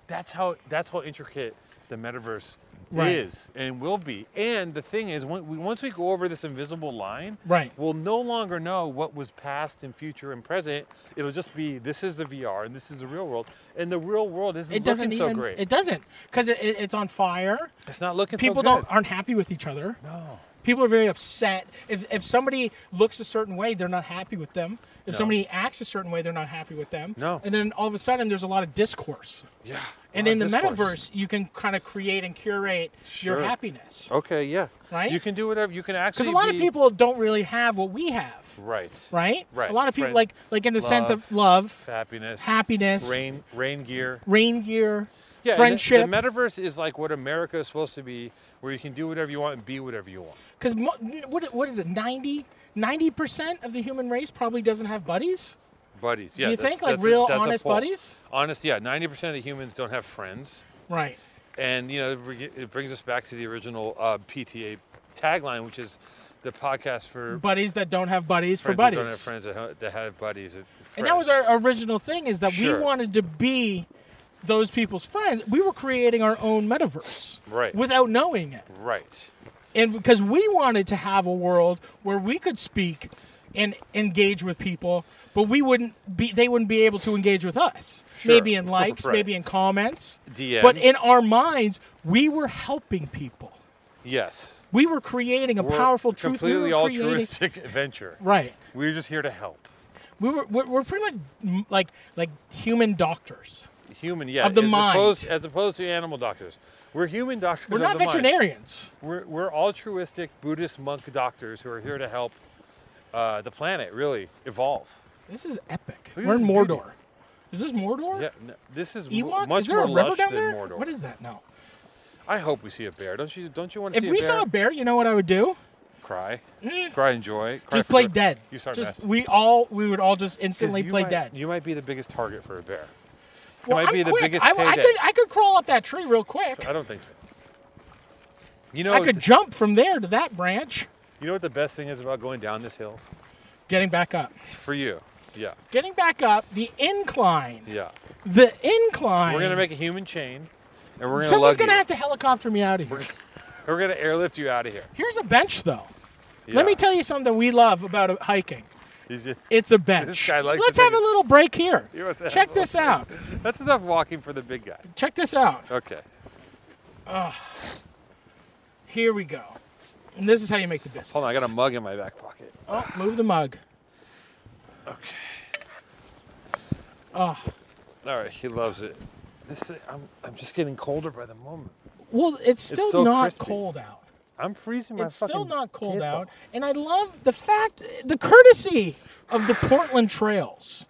B: That's how. That's how intricate the metaverse
A: Right.
B: is and will be. And the thing is, when, we, once we go over this invisible line,
A: Right.
B: we'll no longer know what was past and future and present. It'll just be this is the VR and this is the real world, and the real world isn't
A: It doesn't
B: looking
A: even.
B: so great.
A: It doesn't because it, it, it's on fire.
B: it's not looking
A: People
B: so good.
A: don't Oh, aren't happy with each other. No. People are very upset. If, if somebody looks a certain way, they're not happy with them. If somebody acts a certain way, they're not happy with them.
B: No.
A: And then all of a sudden, there's a lot of discourse.
B: Yeah.
A: And
B: Well,
A: in the
B: discourse.
A: metaverse, you can kind of create and curate
B: Sure. Oh,
A: your happiness.
B: Okay. Yeah.
A: Right?
B: You can do whatever. You can actually.
A: Because a lot of
B: be-
A: people don't really have what we have,
B: Right.
A: right?
B: Right.
A: A lot of people
B: Friend-
A: like like in the sense of love,
B: Happiness.
A: happiness, rain,
B: Rain. Rain gear.
A: gear,
B: Yeah, and the-
A: friendship.
B: The, metaverse is like what America is supposed to be, where you can do whatever you want and be whatever you want.
A: Because mo- what what is it? 90 percent of the human race probably doesn't have buddies.
B: Buddies, yeah.
A: you
B: that's-
A: think, like,
B: that's a-
A: real
B: that's a
A: honest
B: poll.
A: buddies?
B: Honest, yeah. Ninety percent of humans don't have friends,
A: Right.
B: and you know it bring- it brings us back to the original uh, PTA tagline, which is the podcast for
A: Buddies that don't have buddies for
B: friends
A: buddies.
B: That don't have friends that have, that have buddies. And
A: And that was
B: friends.
A: our original thing is that
B: Sure.
A: we wanted to be those people's friends. We were creating our own metaverse.
B: Right.
A: Without knowing it.
B: right.
A: and because we wanted to have a world where we could speak and engage with people but we wouldn't be they wouldn't be able to engage with us maybe
B: [LAUGHS]
A: in likes
B: Right.
A: maybe in comments
B: DMs.
A: but in our minds we were helping people
B: Yes.
A: we were creating a
B: We're
A: powerful truth We
B: Completely
A: were creating-
B: altruistic [LAUGHS] adventure.
A: right
B: We're just here to help.
A: we were we're, we're pretty much mm, like like human doctors
B: Human, yeah.
A: Of the
B: as
A: mind.
B: opposed, as opposed to animal doctors. We're human doctors.
A: we're
B: of
A: not
B: the mind.
A: veterinarians
B: We're, we're altruistic Buddhist monk doctors who are here to help uh, the planet really evolve.
A: this is epic
B: Look at
A: we're in
B: this
A: mordor
B: beauty.
A: is this mordor
B: Yeah, n- this is m-
A: Ewok?
B: much
A: is
B: more
A: there a river
B: lush
A: down
B: than
A: there?
B: Mordor.
A: What is that? No.
B: I hope we see a bear. Don't you? Don't you want to
A: If
B: see
A: we
B: a bear?
A: saw a bear, you know what I would do?
B: cry, cry, and joy. Cry
A: just
B: for
A: play
B: joy.
A: dead.
B: You start
A: just we all we would all just instantly play
B: might,
A: dead.
B: You might be the biggest target for a bear.
A: well,
B: might
A: I'm
B: be the
A: quick.
B: biggest
A: I, I
B: payday.
A: could I could crawl up that tree real quick.
B: I don't think so. You know,
A: I could
B: th-
A: jump from there to that branch,
B: you know what the best thing is about going down this hill
A: getting back up.
B: for you. Yeah,
A: Getting back up, the incline.
B: yeah.
A: The incline.
B: We're gonna make a human chain, and we're gonna lug
A: Someone's
B: you.
A: gonna have to helicopter me out of here.
B: We're gonna airlift you out of here.
A: Here's a bench though.
B: Yeah.
A: Let me tell you something we love about hiking.
B: He's just-
A: It's a bench.
B: guy likes to
A: Let's have
B: take
A: a
B: it-
A: little break here.
B: He wants to have
A: Check
B: a little
A: this out.
B: That's enough walking for the big guy.
A: Check this out.
B: Okay.
A: Here we go. And this is how you make the biscuits.
B: Hold on, I got a mug in my back pocket.
A: Oh, move the mug.
B: Okay.
A: Oh,
B: All right, he loves it. This thing- I'm I'm just getting colder by the moment.
A: well, it's still
B: so
A: not
B: crispy.
A: cold out.
B: I'm freezing my
A: It's still
B: fucking
A: not cold
B: tits
A: out,
B: off.
A: and I love the fact, the courtesy of the Portland trails.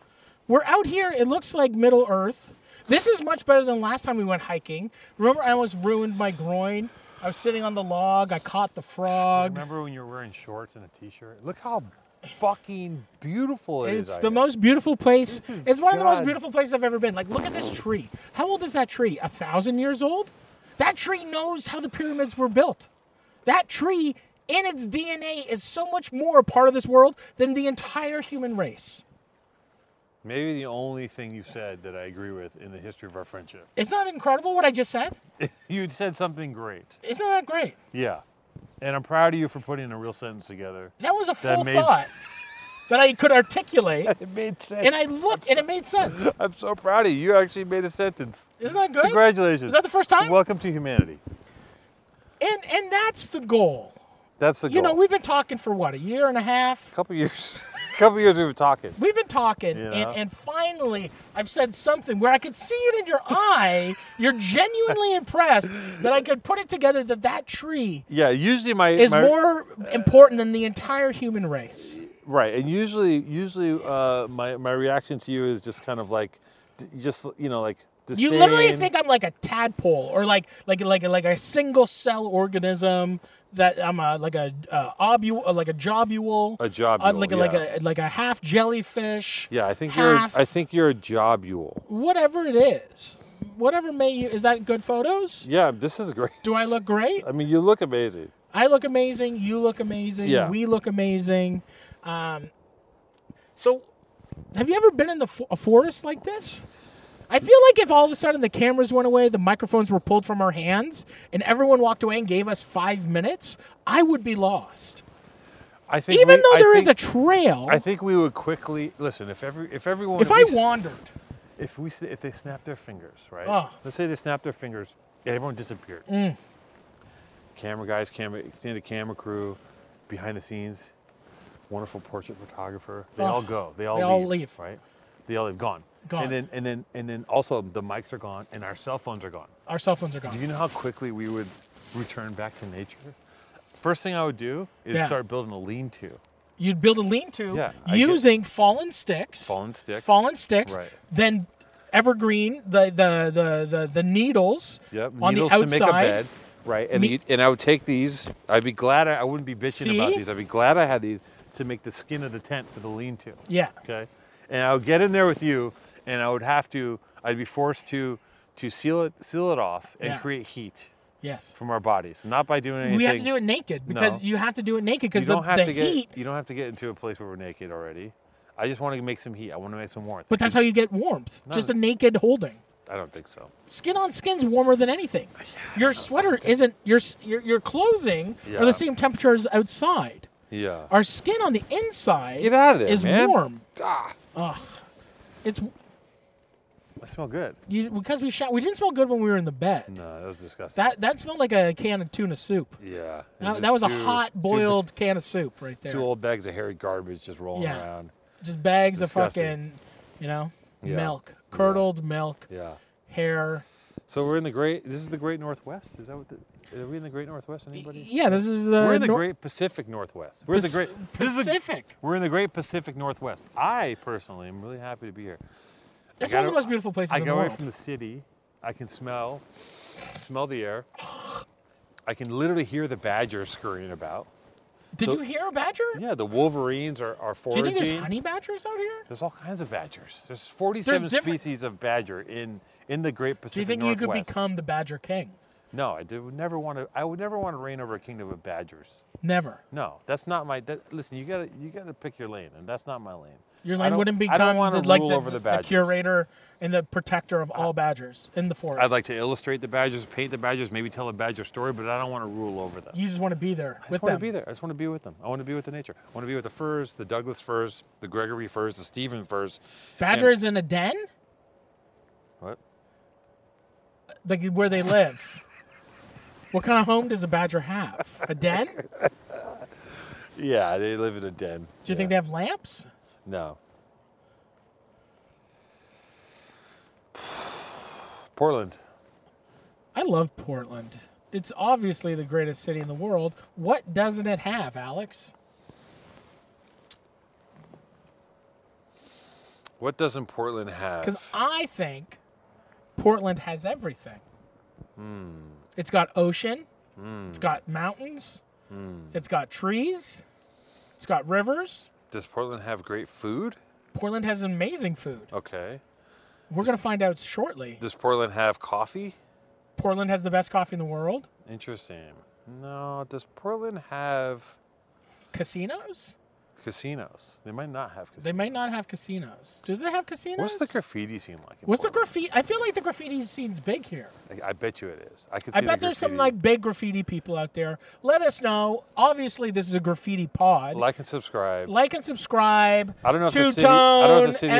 A: We're out here. It looks like Middle Earth. This is much better than last time we went hiking. Remember, I almost ruined my groin. I was sitting on the log. I caught the frog.
B: Remember when you were wearing shorts and a t-shirt? Look how fucking beautiful it is.
A: It's
B: out
A: the
B: here.
A: most beautiful place. It's one of the most
B: God.
A: beautiful places I've ever been. Like, look at this tree. How old is that tree? A thousand years old? That tree knows how the pyramids were built. That tree in its DNA is so much more a part of this world than the entire human race.
B: Maybe the only thing you said that I agree with in the history of our friendship.
A: Isn't that incredible what I just said?
B: You had said something great.
A: Isn't that great?
B: Yeah. And I'm proud of you for putting a real sentence together.
A: That was a full
B: made-
A: thought that I
B: [LAUGHS]
A: could articulate.
B: It made sense.
A: And I looked and it made sense.
B: I'm so proud of you. You actually made a sentence.
A: Isn't that good?
B: Congratulations.
A: Is that the first time?
B: Welcome to humanity.
A: And and that's the goal.
B: That's the
A: You know,
B: goal.
A: we've been talking for what, a year and a half?
B: couple years, [LAUGHS] couple years we were talking.
A: We've been talking,
B: You know?
A: and, and finally, I've said something where I could see it
B: [LAUGHS]
A: in your eye. You're genuinely impressed that I could put it together that that tree
B: Yeah, usually my
A: is
B: my-
A: more important than the entire human race.
B: right, and usually usually uh, my my reaction to you is just kind of like, d- just you know like.
A: You literally
B: disdain.
A: think I'm like a tadpole, or like like like like a single cell organism that I'm a like a uh, obu- uh, like a jobule,
B: A jobule,
A: uh, like a, like
B: yeah.
A: a like a half jellyfish.
B: Yeah, I think you're. A,
A: half-
B: I think you're a jobule.
A: whatever it is, whatever may you is that good photos?
B: Yeah, this is great.
A: Do I look great?
B: I mean, you look amazing.
A: I look amazing. You look amazing.
B: Yeah.
A: We look amazing. Um, so, have you ever been in the fo- a forest like this? I feel like if all of a sudden the cameras went away, the microphones were pulled from our hands, and everyone walked away and gave us five minutes, I would be lost.
B: I think
A: Even
B: we-
A: though
B: I
A: there is
B: think-
A: a trail,
B: I think we would quickly listen if every if everyone
A: if
B: at
A: I
B: least-
A: wandered,
B: if we s- if they snap their fingers, right?
A: Oh.
B: Let's say they snap their fingers and everyone disappeared.
A: Mm.
B: Camera guys, camera extended camera crew, behind the scenes, wonderful portrait photographer. They all
A: Oh,
B: go. They all
A: they
B: leave,
A: all leave.
B: Right? They all leave. Gone.
A: Gone.
B: And then and then and then also the mics are gone and our cell phones are gone.
A: our cell phones are
B: Do
A: gone.
B: you know how quickly we would return back to nature? First thing I would do is
A: Yeah.
B: start building a lean-to.
A: You'd build a lean-to
B: Yeah, I get-
A: using fallen sticks,
B: Fallen sticks.
A: fallen sticks,
B: Right.
A: then evergreen, the the the the, the needles
B: Yep.
A: on
B: needles
A: the outside.
B: to make a bed. Right. And
A: Me-
B: you- and I would take these. I'd be glad I, I wouldn't be bitching about
A: See?
B: these. I'd be glad I had these to make the skin of the tent for the lean-to.
A: Yeah.
B: Okay. And I would get in there with you, and I would have to. I'd be forced to to seal it seal it off and
A: Yeah.
B: create heat
A: Yes.
B: from our bodies, not by doing anything.
A: We have to do it naked because
B: No.
A: you have to do it naked
B: You
A: because the,
B: don't have
A: the
B: to get.
A: heat.
B: You don't have to get into a place where we're naked already. I just want to make some heat. I want to make some warmth.
A: But that's how you get warmth.
B: No.
A: Just a naked holding.
B: I don't think so.
A: Skin on skin's warmer than anything. Your sweater isn't your s- your your clothing are
B: Yeah.
A: the same temperature as outside.
B: Yeah.
A: Our skin on the inside
B: Get out of there,
A: is
B: man.
A: warm. Ugh. It's
B: I smell good.
A: you, because we shot. We didn't smell good when we were in the bed.
B: No, that was disgusting.
A: That that smelled like a can of tuna soup.
B: yeah. it's
A: That, that
B: just
A: was a
B: too-
A: hot
B: too-
A: boiled can of soup right there.
B: two old bags of hairy garbage just rolling
A: Yeah.
B: around.
A: Just bags of
B: disgusting.
A: fucking, you know,
B: Yeah.
A: milk, curdled milk,
B: Yeah.
A: hair.
B: So we're in the great. This is the Great Northwest. Is that what? The, are we in the Great Northwest? Anybody?
A: Yeah, this is the.
B: We're in the
A: nor-
B: Great Pacific Northwest. We're in the
A: Pac-
B: Great this is the-
A: Pacific.
B: we're in the Great Pacific Northwest. I personally am really happy to be here.
A: It's
B: I
A: one
B: got-
A: of the most beautiful places
B: I
A: in
B: go
A: the
B: away
A: world.
B: from the city. I can smell, smell the air. I can literally hear the badgers scurrying about.
A: Did
B: the-
A: you hear a badger?
B: Yeah, the wolverines are, are
A: Do you
B: foraging.
A: think there's honey badgers out here?
B: There's all kinds of badgers. There's 47
A: different-
B: species of badger in in the Great Pacific
A: Do you think you
B: Northwest.
A: could become the badger king?
B: No, I did, would never want to. I would never want to reign over a kingdom of badgers.
A: Never.
B: No, that's not my. That, listen, you gotta you gotta pick your lane, and that's not my lane.
A: Your
B: I
A: line
B: don't-
A: wouldn't
B: I don't
A: become
B: want
A: the,
B: to
A: like
B: rule
A: the,
B: over the,
A: the
B: badgers.
A: curator and the protector of all badgers in the forest.
B: I'd like to illustrate the badgers, paint the badgers, maybe tell a badger story, but I don't want to rule over them.
A: You just want to be there
B: I
A: with
B: just want
A: them.
B: to be there. I just want to be with them. I want to be with the nature. I want to be with the firs, the Douglas firs, the Gregory firs, the Stephen firs.
A: Badger
B: and-
A: is in a den,
B: What?
A: like where they live. what kind of home does a badger have? A den? Do you
B: Yeah, they live in a den. Yeah.
A: think they have lamps?
B: No. Portland.
A: I love Portland. It's obviously the greatest city in the world. What doesn't it have, Alex?
B: What doesn't Portland have?
A: Because I think Portland has everything. It's got ocean. It's got mountains. It's got trees. It's got rivers.
B: Does Portland have great food?
A: Portland has amazing food.
B: Okay.
A: We're going to find out shortly.
B: Does Portland have coffee?
A: Portland has the best coffee in the world.
B: Interesting. No. Does Portland have
A: Casinos?
B: casinos? They might not have casinos.
A: They might not have casinos. Do they have casinos?
B: What's the graffiti scene like? in
A: What's the
B: Portland?
A: graffiti? I feel like the graffiti scene's big here.
B: I, I bet you it is. I could. See
A: I
B: the
A: bet there's some
B: graffiti.
A: like big graffiti people out there. Let us know. Obviously, this is a graffiti pod.
B: Like and subscribe.
A: like and subscribe.
B: I don't know if the
A: Two
B: city- I don't know
A: Tone,
B: if the city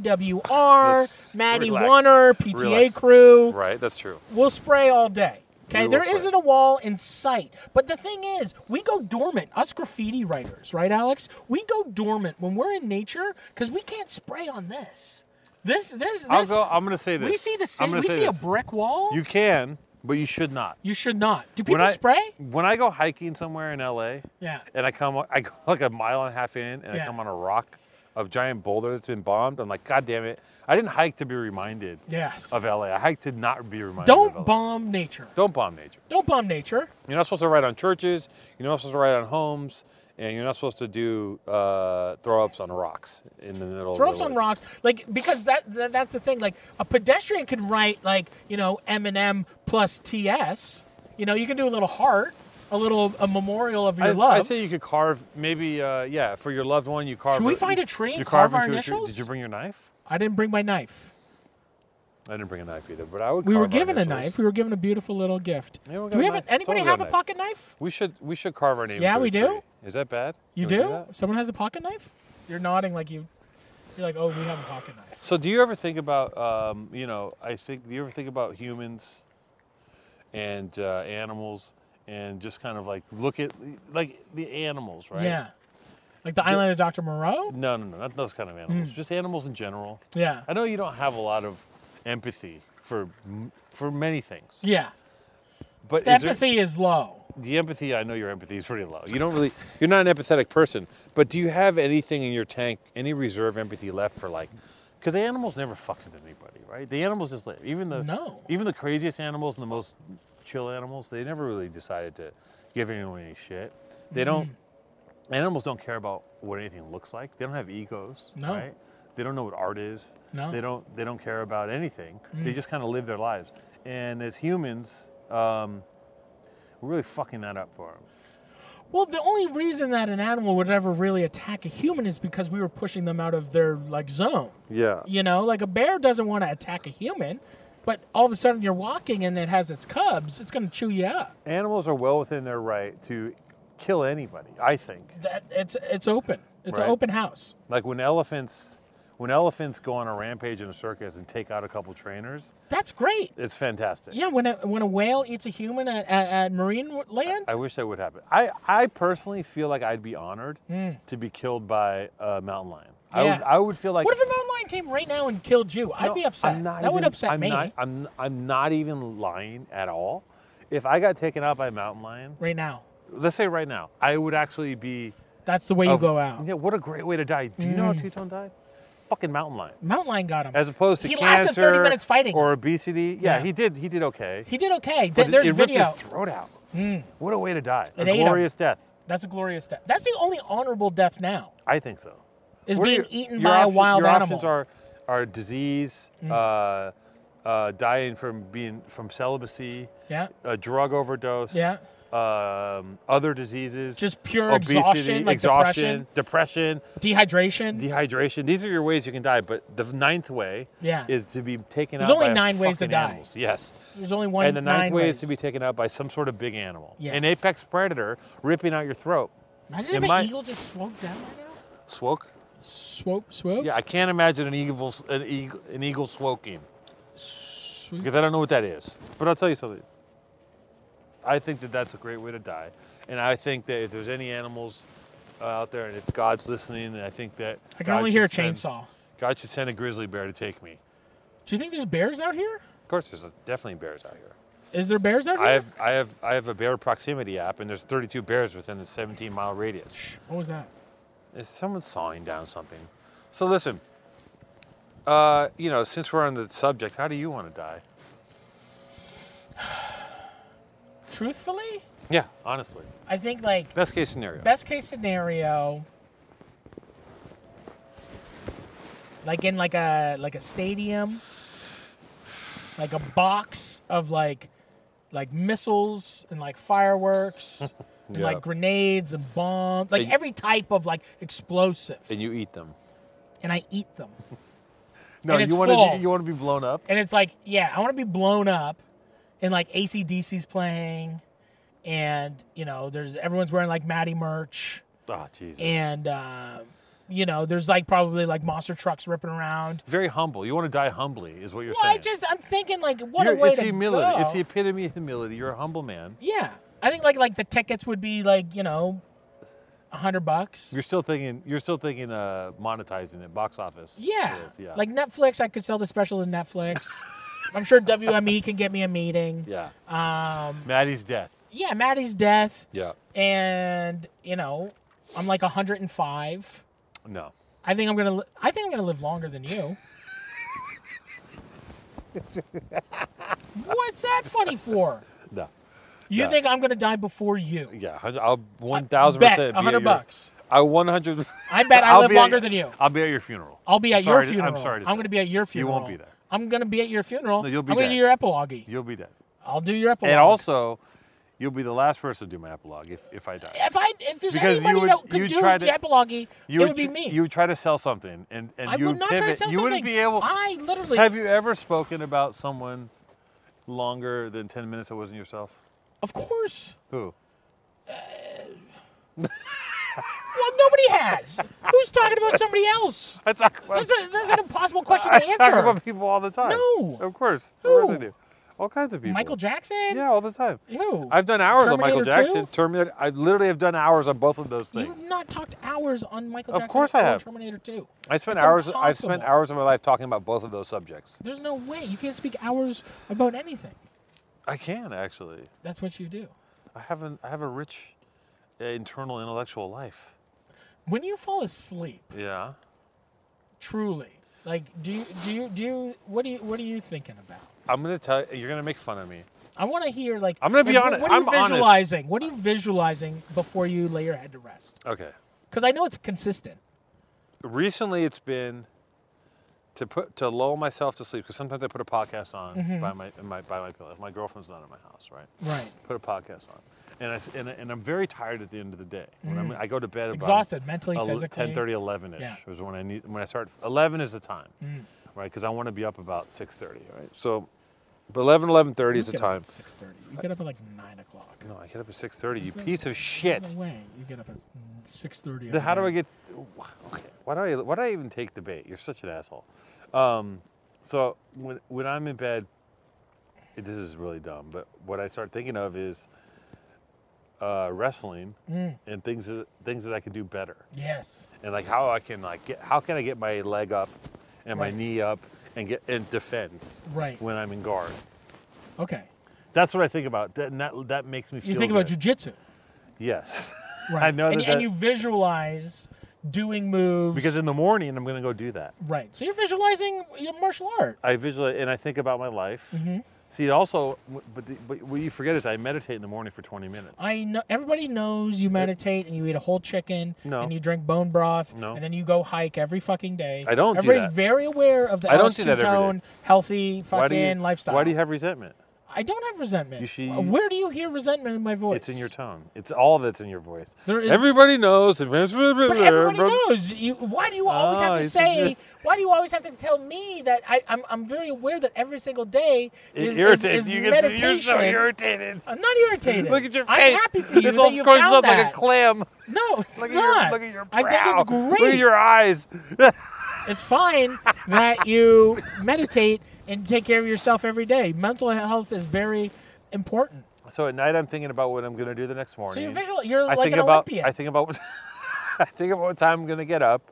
B: of
A: MSK, AWR,
B: Let's
A: Maddie
B: relax.
A: Warner, PTA
B: Relax.
A: crew.
B: Right. That's true.
A: We'll spray all day.
B: We
A: Okay,
B: will
A: there
B: spray.
A: not a wall in sight. But the thing is, we go dormant. Us graffiti writers, right, Alex? We go dormant when we're in nature because we can't spray on this. This, this, this.
B: I'll go. I'm gonna say this.
A: we see the
B: I'm
A: city.
B: gonna
A: We
B: say
A: see
B: this.
A: a brick wall.
B: You
A: You,
B: can, but you should not.
A: should not. Do people
B: when I,
A: spray?
B: When I go hiking somewhere in LA,
A: Yeah.
B: and I come, I go [LAUGHS] like a mile and a half in, and
A: Yeah.
B: I come on a rock, a giant boulder that's been bombed. I'm like, God damn it! I didn't hike to be reminded
A: Yes.
B: of LA. I hiked to not be reminded. of LA.
A: Don't bomb nature.
B: Don't bomb nature.
A: Don't bomb nature.
B: You're not supposed to write on churches. You're not supposed to write on homes, and you're not supposed to do uh, throw ups on rocks in the middle. of
A: Throw ups
B: the
A: on
B: woods.
A: rocks, like because that, that that's the thing. Like a pedestrian could write like you know Eminem plus TS. You know you can do a little heart, a little a memorial of your
B: I,
A: love.
B: I say you could carve maybe uh, yeah for your loved one you carve.
A: Should we
B: a-
A: find a tree
B: you
A: and carve our
B: into a tree.
A: initials?
B: Did you bring your knife?
A: I didn't bring my knife.
B: I didn't bring a knife either, but I would.
A: We were
B: carve our
A: given a
B: initials.
A: knife. We were given a beautiful little gift.
B: Yeah, we
A: do we
B: got a
A: have
B: knife.
A: anybody
B: Someone got
A: have a
B: a knife.
A: pocket knife?
B: We should we should carve our name.
A: Yeah,
B: into
A: we
B: a
A: do.
B: tree. Is that bad?
A: You
B: Can we
A: do?
B: that?
A: Someone has a pocket knife? You're nodding like you. You're like, oh, we have a pocket knife.
B: So do you ever think about um, you know? I think do you ever think about humans and uh, animals and just kind of like look at like the animals, right?
A: Yeah. Like the Island of Dr. Moreau?
B: No, no, no, not those kind of
A: Mm.
B: animals. Just animals in general.
A: Yeah.
B: I know you don't have a lot of empathy for m- for many things,
A: Yeah.
B: but
A: The
B: is there-
A: empathy is low.
B: the empathy, I know your empathy is pretty low. You don't really, you're not an empathetic person. But do you have anything in your tank, any reserve empathy left for like? Because animals never fucks with anybody, right? The animals just live. Even the
A: No.
B: even the craziest animals and the most chill animals, they never really decided to give anyone any shit. They don't.
A: Mm-hmm.
B: Animals don't care about what anything looks like. They don't have egos,
A: No.
B: right? They don't know what art is.
A: No. Mm.
B: They don't. They don't care about anything. They just kind of live their lives. And as humans, um, we're really fucking that up for them.
A: Well, the only reason that an animal would ever really attack a human is because we were pushing them out of their like zone.
B: Yeah.
A: You know, like a bear doesn't want to attack a human, but all of a sudden you're walking and it has its cubs, it's going to chew you up.
B: Animals are well within their right to kill anybody, I think.
A: That it's it's open. It's
B: Right.
A: an open house.
B: Like when elephants when elephants go on a rampage in a circus and take out a couple trainers,
A: That's great.
B: it's fantastic.
A: Yeah, when a, when a whale eats a human at, at, at marine land,
B: I wish that would happen. I, I personally feel like I'd be honored to be killed by a mountain lion. I, would,
A: Mm. Yeah.
B: I would feel like
A: what if a mountain lion came right now and killed you? I'd
B: No,
A: be upset.
B: I'm
A: That
B: not
A: would
B: even-
A: upset
B: I'm
A: me.
B: Not, I'm, I'm not even lying at all. If I got taken out by a mountain lion,
A: Right now,
B: let's say right now, I would actually be.
A: that's the way you
B: of-
A: go out. Mm.
B: Yeah, what a great way to die. Do you know how Teton died? Fucking mountain lion.
A: Mountain lion got him.
B: As opposed to
A: He
B: cancer
A: lasted 30 minutes fighting.
B: or obesity. Yeah,
A: Yeah.
B: he did. He did okay.
A: he did okay. Th-
B: But it-
A: There's
B: it ripped
A: video. Mm.
B: his throat out. What a way to die.
A: It
B: a
A: ate him.
B: glorious death.
A: That's a glorious death. That's the only honorable death now
B: I think so.
A: is
B: What are
A: being
B: your-
A: eaten
B: your
A: by a
B: option-
A: wild
B: your
A: animal. Mm.
B: options are are disease, uh, uh, dying from being from celibacy,
A: yeah,
B: a drug overdose,
A: Yeah.
B: um, other diseases,
A: Just pure
B: obesity,
A: exhaustion, like
B: exhaustion, depression,
A: dehydration.
B: dehydration. These are your ways you can die, but the ninth way
A: Yeah.
B: is to be taken
A: There's
B: out.
A: only
B: by
A: nine ways to
B: fucking
A: die.
B: Animals. Yes.
A: There's only one.
B: and the ninth
A: nine
B: way
A: ways
B: is to be taken out by some sort of big animal.
A: Yeah.
B: An apex predator ripping out your throat.
A: Imagine
B: in
A: if an
B: my-
A: eagle just swooped down right now.
B: Swoke?
A: Swoop, swoop.
B: Yeah, I can't imagine an eagle an eagle, an eagle swoking because I don't know what that is. But I'll tell you something. I think that that's a great way to die, and I think that if there's any animals uh, out there, and if God's listening, and I think that
A: I can
B: God
A: only hear a
B: should send-
A: chainsaw.
B: God should send a grizzly bear to take me.
A: Do you think there's bears out here?
B: Of course, there's definitely bears out here.
A: Is there bears out here?
B: I have I have I have a bear proximity app, and there's 32 bears within a 17 mile radius.
A: what was that?
B: Is someone sawing down something? So listen, uh, you know, since we're on the subject, how do you want to die?
A: Truthfully,
B: Yeah, honestly,
A: I think like
B: best case scenario.
A: best case scenario, like in like a like a stadium, like a box of like like missiles and
B: [LAUGHS]
A: like fireworks. And
B: Yeah.
A: like grenades and bombs, like
B: And-
A: every type of like explosive,
B: and you eat them.
A: and I eat them.
B: No,
A: And it's
B: you want
A: full.
B: to you want to be blown up.
A: And it's like, yeah, I want to be blown up, and like ACDC's playing, and you know, there's everyone's wearing like Matty merch,
B: Oh Jesus.
A: and uh, you know, there's like probably like monster trucks ripping around.
B: Very humble. You want to die humbly, is what you're
A: Well,
B: saying.
A: I just I'm thinking like, what
B: You're-
A: a way
B: it's
A: to
B: humility.
A: go.
B: It's the epitome of humility. You're a humble man.
A: yeah, I think like like the tickets would be like you know, a hundred bucks.
B: You're still thinking. You're still thinking. Uh, monetizing it, box office.
A: Yeah.
B: Yes, yeah.
A: like Netflix, I could sell the special to
B: [LAUGHS]
A: Netflix. I'm sure WME can get me a meeting.
B: yeah.
A: Um,
B: Maddie's death.
A: yeah, Maddie's death.
B: Yeah.
A: and you know i'm like 105
B: No.
A: i think i'm gonna li- i think i'm gonna live longer
B: [LAUGHS]
A: than you what's that funny for
B: No.
A: you
B: Yeah.
A: think i'm gonna die before you
B: Yeah. hun- I'll one thousand
A: Uh, bet
B: percent. be at
A: 100
B: your-
A: bucks.
B: I one hundred.
A: i [LAUGHS] bet i
B: I'll
A: live
B: be at
A: longer
B: your-
A: than you
B: I'll be at your funeral.
A: i'll be
B: I'm
A: at your
B: sorry to-
A: funeral
B: I'm sorry to say.
A: i'm gonna be at your
B: You
A: funeral
B: won't be there.
A: i'm gonna be at your funeral
B: No, you'll be
A: i'm gonna
B: dead.
A: do your epilogue
B: You'll be dead.
A: i'll do your epilogue
B: And also, You'll be the last person to do my epilogue if, if I die.
A: If I if there's
B: Because you
A: anybody
B: would-
A: that
B: you'd
A: could do
B: try
A: the
B: to-
A: epilogue, it
B: you
A: would
B: would
A: be
B: tr-
A: me.
B: You would try to sell something, and and
A: I
B: you
A: would not try to
B: pivot.
A: sell
B: You wouldn't
A: something.
B: be able.
A: I literally
B: Have you ever spoken about someone longer than ten minutes that wasn't yourself?
A: Of course.
B: Who?
A: Well, nobody
B: [LAUGHS]
A: has. Who's talking about somebody else?
B: I talk about.
A: That's, a, that's an impossible question
B: I [LAUGHS]
A: to
B: talk
A: answer.
B: about people all the time.
A: No.
B: Of course. Of course I
A: Who?
B: do. All kinds of people.
A: Michael Jackson?
B: [LAUGHS] Yeah, all the time.
A: Who?
B: I've done hours on Michael
A: Terminator
B: Jackson.
A: 2?
B: Terminator. I literally have done hours on both of those things.
A: You've not talked hours on Michael
B: Of
A: Jackson
B: course I
A: or
B: have.
A: Terminator 2.
B: I spent
A: It's
B: hours. I
A: impossible.
B: spent hours of my life talking about both of those subjects.
A: There's no way. You can't speak hours about anything.
B: I can actually.
A: That's what you do.
B: I haven't. I have a rich uh, internal intellectual life.
A: When you fall asleep,
B: Yeah.
A: truly, like do you do you do you, what do you what are you thinking about?
B: I'm gonna tell you. You're gonna make fun of me.
A: I want to hear like
B: I'm gonna be
A: like, what-
B: honest-
A: What are you
B: I'm honest.
A: visualizing? What are you visualizing before you lay your head to rest?
B: Okay.
A: Because I know it's consistent.
B: Recently, it's been to put to lull myself to sleep because sometimes I put a podcast on
A: Mm-hmm.
B: by my, in my by my pillow. If my girlfriend's not in my house, right?
A: Right.
B: Put a podcast on, and I s- and, I- and I'm very tired at the end of the day. When I'm, I go to bed about
A: Mm. Exhausted, mentally,
B: el-
A: physically.
B: 10:30, 11 ish
A: Yeah. Mm.
B: is when I need when I start. 11 is the time, right? Because I want to be up about 6:30, right? So, but 11, 11:30 is the
A: You get up
B: time.
A: at 6:30. You get up at like nine o'clock.
B: No, I get up at 6:30. You
A: There's no-
B: piece of
A: there's
B: shit.
A: no way you get up at six thirty.
B: Then how do I get? Okay, why do I? Why do I even take the bait? You're such an asshole. Um, so when when I'm in bed, this is really dumb. But what I start thinking of is uh, wrestling
A: Mm.
B: and things that things that I can do better,
A: Yes.
B: and like how I can like get how can I get my leg up and
A: Right.
B: my knee up and get and defend
A: Right.
B: when I'm in guard.
A: Okay.
B: That's what I think about. That and that, that makes me.
A: You
B: feel
A: think about
B: good.
A: jujitsu,
B: Yes. [LAUGHS]
A: right?
B: I know
A: and,
B: that,
A: and
B: that-
A: you visualize doing moves
B: because in the morning I'm gonna go do that.
A: right. So you're visualizing your martial art.
B: I visualize and I think about my life.
A: Mm-hmm.
B: See, also, w- but, the, but what you forget is I meditate in the morning for 20 minutes.
A: I know everybody knows you meditate and you eat a whole chicken
B: No.
A: and you drink bone broth
B: No.
A: and then you go hike every fucking day.
B: I don't do
A: Everybody's
B: that.
A: very aware of the
B: I don't
A: Alex
B: do that every day.
A: Two-Tone healthy
B: Why do
A: fucking
B: you-
A: lifestyle.
B: Why do you have resentment?
A: I don't have resentment.
B: You see-
A: Where do you hear resentment in my voice?
B: It's in your tone. It's all that's in your voice.
A: There is-
B: everybody knows. But
A: But everybody knows. You, why do you always
B: Ah,
A: have to
B: it's-
A: say? Why do you always have to tell me that I, I'm, I'm very aware that every single day
B: It
A: is, is,
B: irritates
A: is
B: you. Get-
A: meditation.
B: You're so irritated.
A: I'm not irritated.
B: Look at your face.
A: I'm happy for you
B: It's
A: that
B: all
A: you
B: scrunched
A: found
B: up
A: that.
B: like a clam.
A: No, it's
B: Look at
A: not.
B: your look at your brow.
A: I think it's
B: Look
A: great.
B: at your eyes.
A: It's fine that you meditate and take care of yourself every day. Mental health is very important.
B: So at night I'm thinking about what I'm gonna do the next morning.
A: So you're visual. You're
B: I
A: like
B: think
A: an
B: about
A: Olympian.
B: I think about what, [LAUGHS] I think about what time I'm gonna get up.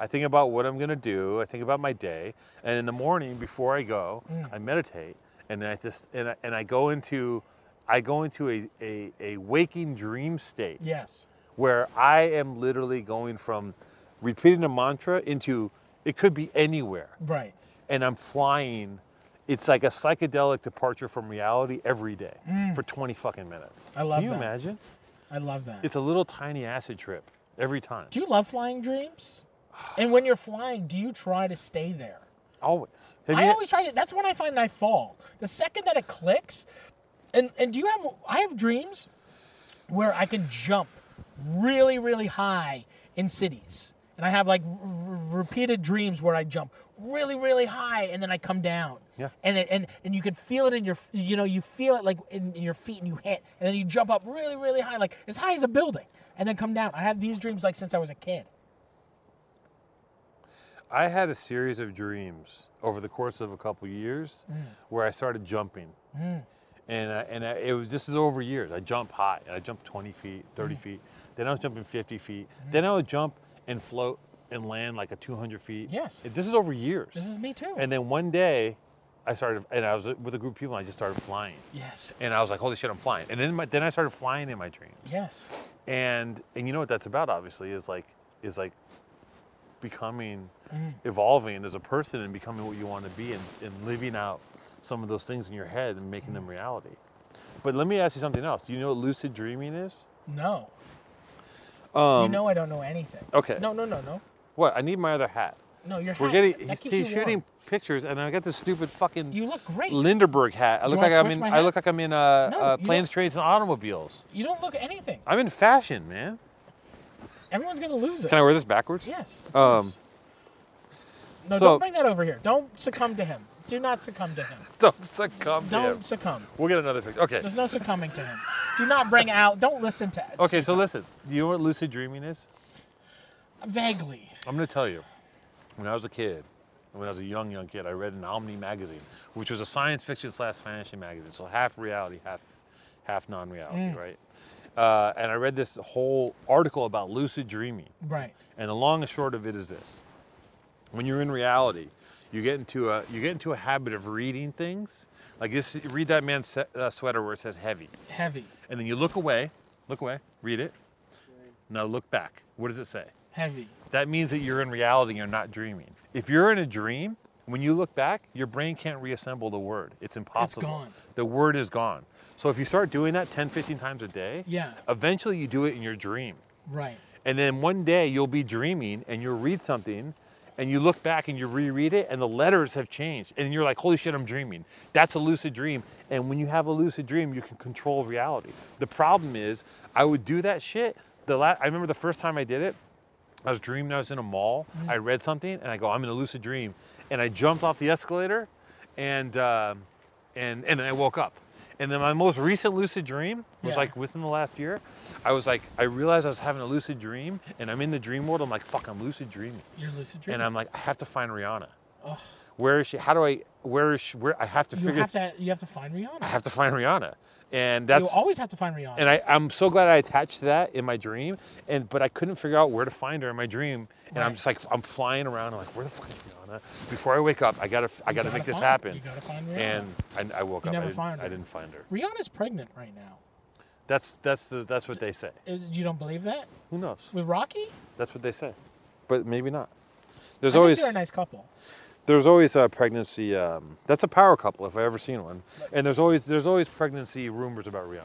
B: I think about what I'm gonna do. I think about my day, and in the morning before I go,
A: Mm.
B: I meditate, and then I just and I, and I go into, I go into a, a, a waking dream state
A: yes.
B: where I am literally going from repeating a mantra into it could be anywhere,
A: Right.
B: and I'm flying. It's like a psychedelic departure from reality every day for 20 fucking minutes.
A: Mm. I love
B: Can you
A: that.
B: imagine?
A: I love that.
B: It's a little tiny acid trip every time.
A: Do you love flying dreams? And when you're flying, do you try to stay there?
B: Always. Have
A: I
B: you-
A: always try to. That's when I find I fall. The second that it clicks, and and do you have? I have dreams where I can jump really, really high in cities, and I have like r- r- repeated dreams where I jump really, really high, and then I come down.
B: Yeah.
A: And it, and and you can feel it in your you know you feel it like in, in your feet, and you hit, and then you jump up really, really high, like as high as a building, and then come down. I have these dreams like since I was a kid.
B: I had a series of dreams over the course of a couple years
A: Mm.
B: where I started jumping. And, I, and I, it was just over years. I jumped high. I jumped 20 feet, 30
A: Mm.
B: feet. Then I was jumping 50 feet. Then I would jump and float and land like a 200 feet.
A: Yes.
B: This is over years.
A: This is me too.
B: and then one day, I started, and I was with a group of people, and I just started flying.
A: yes,
B: And I was like, holy shit, I'm flying. And then, my, then I started flying in my dream.
A: yes,
B: and and you know what that's about obviously is like is like becoming
A: Mm.
B: evolving as a person and becoming what you want to be and, and living out some of those things in your head and making
A: Mm.
B: them reality but let me ask you something else do you know what lucid dreaming is
A: no.
B: um
A: you know I don't know anything.
B: okay.
A: No, no, no, no.
B: what i need my other hat
A: No, your
B: We're
A: hat,
B: getting.
A: that
B: He's,
A: keeps you
B: he's shooting
A: warm.
B: pictures, and I got this stupid fucking
A: You look great.
B: [LAUGHS] Linderberg hat. I look like
A: wanna
B: I'm
A: switch
B: in.
A: my
B: I
A: hat?
B: look like I'm in uh,
A: No,
B: uh,
A: you
B: planes,
A: don't.
B: trains, and automobiles.
A: You don't look anything.
B: I'm in fashion, man.
A: Everyone's gonna lose it.
B: Can I wear this backwards?
A: yes. of
B: Um,
A: course. No,
B: so-
A: don't bring that over here. Don't succumb to him. Do not succumb to him.
B: [LAUGHS] Don't succumb to
A: Don't
B: him.
A: succumb.
B: We'll get another picture. Okay.
A: There's no succumbing to him. Do not bring out. Don't listen to.
B: Okay. So listen. Do you know what lucid dreaming is?
A: Vaguely.
B: I'm gonna tell you. When I was a kid, when I was a young young kid, I read an Omni magazine, which was a science fiction slash fantasy magazine, so half reality, half half non-reality, right? Uh, and I read this whole article about lucid dreaming.
A: Right.
B: And the long and short of it is this: when you're in reality, you get into a you get into a habit of reading things. Like this, read that man's se- uh, sweater where it says heavy,
A: Heavy.
B: and then you look away, look away, read it. Now look back. What does it say?
A: Heavy.
B: That means that you're in reality. You're not dreaming. If you're in a dream, when you look back, your brain can't reassemble the word. It's impossible.
A: gone.
B: The word is gone. So if you start doing that 10, 15 times a day,
A: Yeah.
B: eventually you do it in your dream.
A: Right.
B: And then one day you'll be dreaming and you'll read something and you look back and you reread it and the letters have changed and you're like, holy shit, I'm dreaming. That's a lucid dream. And when you have a lucid dream, you can control reality. The problem is, I would do that shit. The la- I remember the first time I did it, I was dreaming I was in a mall.
A: Mm.
B: I read something and I go, I'm in a lucid dream. And I jumped off the escalator and, um, and, and then I woke up. And then my most recent lucid dream was
A: Yeah.
B: like within the last year. I was like, I realized I was having a lucid dream and I'm in the dream world. I'm like, fuck, I'm lucid dreaming.
A: You're lucid dreaming.
B: And I'm like, I have to find Rihanna. Where is she? How do I, where is she? Where, I have to
A: you
B: figure,
A: have to. You have to find Rihanna.
B: I have to find Rihanna. And
A: you
B: that's,
A: always have to find Rihanna.
B: and I, I'm so glad I attached that in my dream, and but I couldn't figure out where to find her in my dream, and I'm
A: Right.
B: just like I'm flying around, I'm like, where the fuck is Rihanna? Before I wake up, I gotta I gotta,
A: gotta
B: make this
A: find-
B: happen.
A: you gotta find Rihanna.
B: And I, I woke up,
A: You never
B: I didn't,
A: find
B: I
A: her.
B: didn't find her.
A: Rihanna's pregnant right now.
B: That's that's the, that's what they say.
A: Uh, You don't believe that?
B: Who knows?
A: With Rocky?
B: That's what they say, but maybe not. There's
A: I
B: always
A: think they're a nice couple.
B: there's always a pregnancy. Um, that's a power couple if I've ever seen one. And there's always there's always pregnancy rumors about Rihanna.